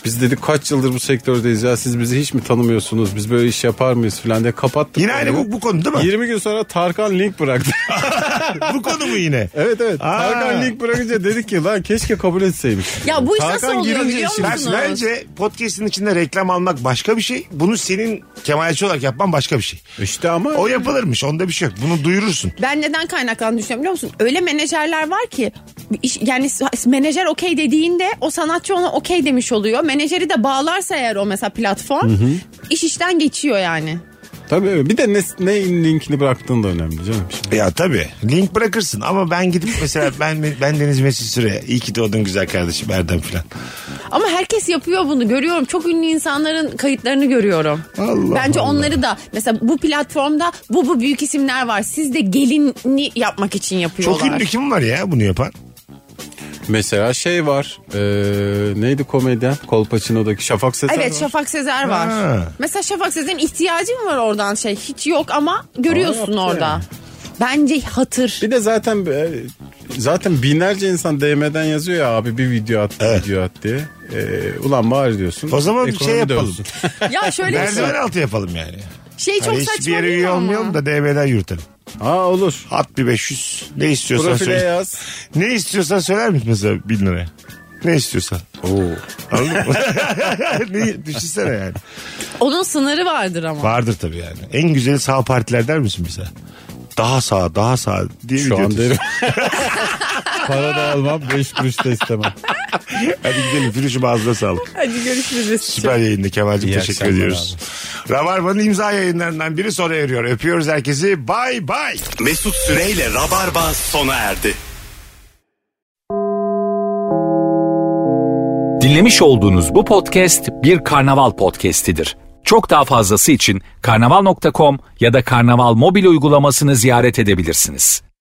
C: Biz dedik kaç yıldır bu sektördeyiz ya siz bizi hiç mi tanımıyorsunuz? Biz böyle iş yapar mıyız falan diye kapattık.
B: Yine aynı
C: konuyu.
B: bu, bu konu değil mi?
C: 20 gün sonra Tarkan link bıraktı.
B: bu konu mu yine?
C: evet evet.
B: Aa.
C: Tarkan link bırakınca dedik ki lan keşke kabul etseymiş.
D: Ya bu iş
C: Tarkan
D: nasıl oluyor
C: girince
D: biliyor
C: işin-
D: musunuz?
B: Ben, bence podcast'in içinde reklam almak başka bir şey. Bunu senin Kemalci olarak yapman başka bir şey.
C: İşte ama
B: O yapılırmış. Onda bir şey yok. Bunu duyurursun.
D: Ben neden kaynaklandığını düşünüyorum biliyor musun? Öyle menajerler var ki iş- yani s- menajer okey dediğinde o sanatçı ona okey demiş oluyor. Menajeri de bağlarsa eğer o mesela platform iş işten geçiyor yani.
C: tabii evet. bir de ne, ne linkini bıraktığın da önemli canım. Şimdi.
B: Ya tabii. Link bırakırsın ama ben gidip mesela ben ben Deniz Mesut Süre. İyi ki doğdun güzel kardeşim Erdem filan.
D: Ama herkes yapıyor bunu görüyorum. Çok ünlü insanların kayıtlarını görüyorum.
B: Allah
D: Bence
B: Allah.
D: onları da mesela bu platformda bu bu büyük isimler var. Siz de gelini yapmak için yapıyorlar.
B: Çok ünlü kim var ya bunu yapan?
C: Mesela şey var. Ee, neydi komedyen? Kolpaçino'daki Şafak Sezer
D: Evet
C: var.
D: Şafak Sezer var.
B: Ha.
D: Mesela Şafak Sezer'in ihtiyacı mı var oradan şey? Hiç yok ama görüyorsun
C: yaptı
D: orada.
C: yani.
D: Bence hatır.
C: Bir de zaten e, zaten binlerce insan DM'den yazıyor ya abi bir video at, bir
B: Evet.
C: video at diye. Ee, ulan bari diyorsun.
B: O zaman
C: ekonomi
B: şey yapalım.
C: dönsün.
D: ya şöyle bir şey.
B: Merdiven altı yapalım yani.
D: Şey çok
B: Hani
D: saçma
B: hiçbir yere
D: değil mi
B: üye
D: ama?
B: olmayalım da DM'den yürütelim.
C: Aa olur.
B: At bir 500. Ne istiyorsan
C: Profile
B: söyle.
C: yaz.
B: Ne istiyorsan söyler misin mesela 1000 liraya? Ne istiyorsan.
C: Oo.
B: Anladın mı? ne, düşünsene yani.
D: Onun sınırı vardır ama.
B: Vardır tabii yani. En güzeli sağ partiler der misin bize? Daha sağ, daha sağ diye
C: Şu
B: video
C: an
B: atıyorsun.
C: derim. Para da almam, beş kuruş da istemem.
B: Hadi gidelim. Firuş'um ağzına sağlık.
D: Hadi görüşürüz.
B: Süper yayında Kemal'cim
C: İyi
B: teşekkür
C: akşamlar
B: ediyoruz. Rabarba'nın imza yayınlarından biri sona eriyor. Öpüyoruz herkesi. Bay bay.
A: Mesut Süreyle Rabarba sona erdi.
E: Dinlemiş olduğunuz bu podcast bir karnaval podcastidir. Çok daha fazlası için karnaval.com ya da karnaval mobil uygulamasını ziyaret edebilirsiniz.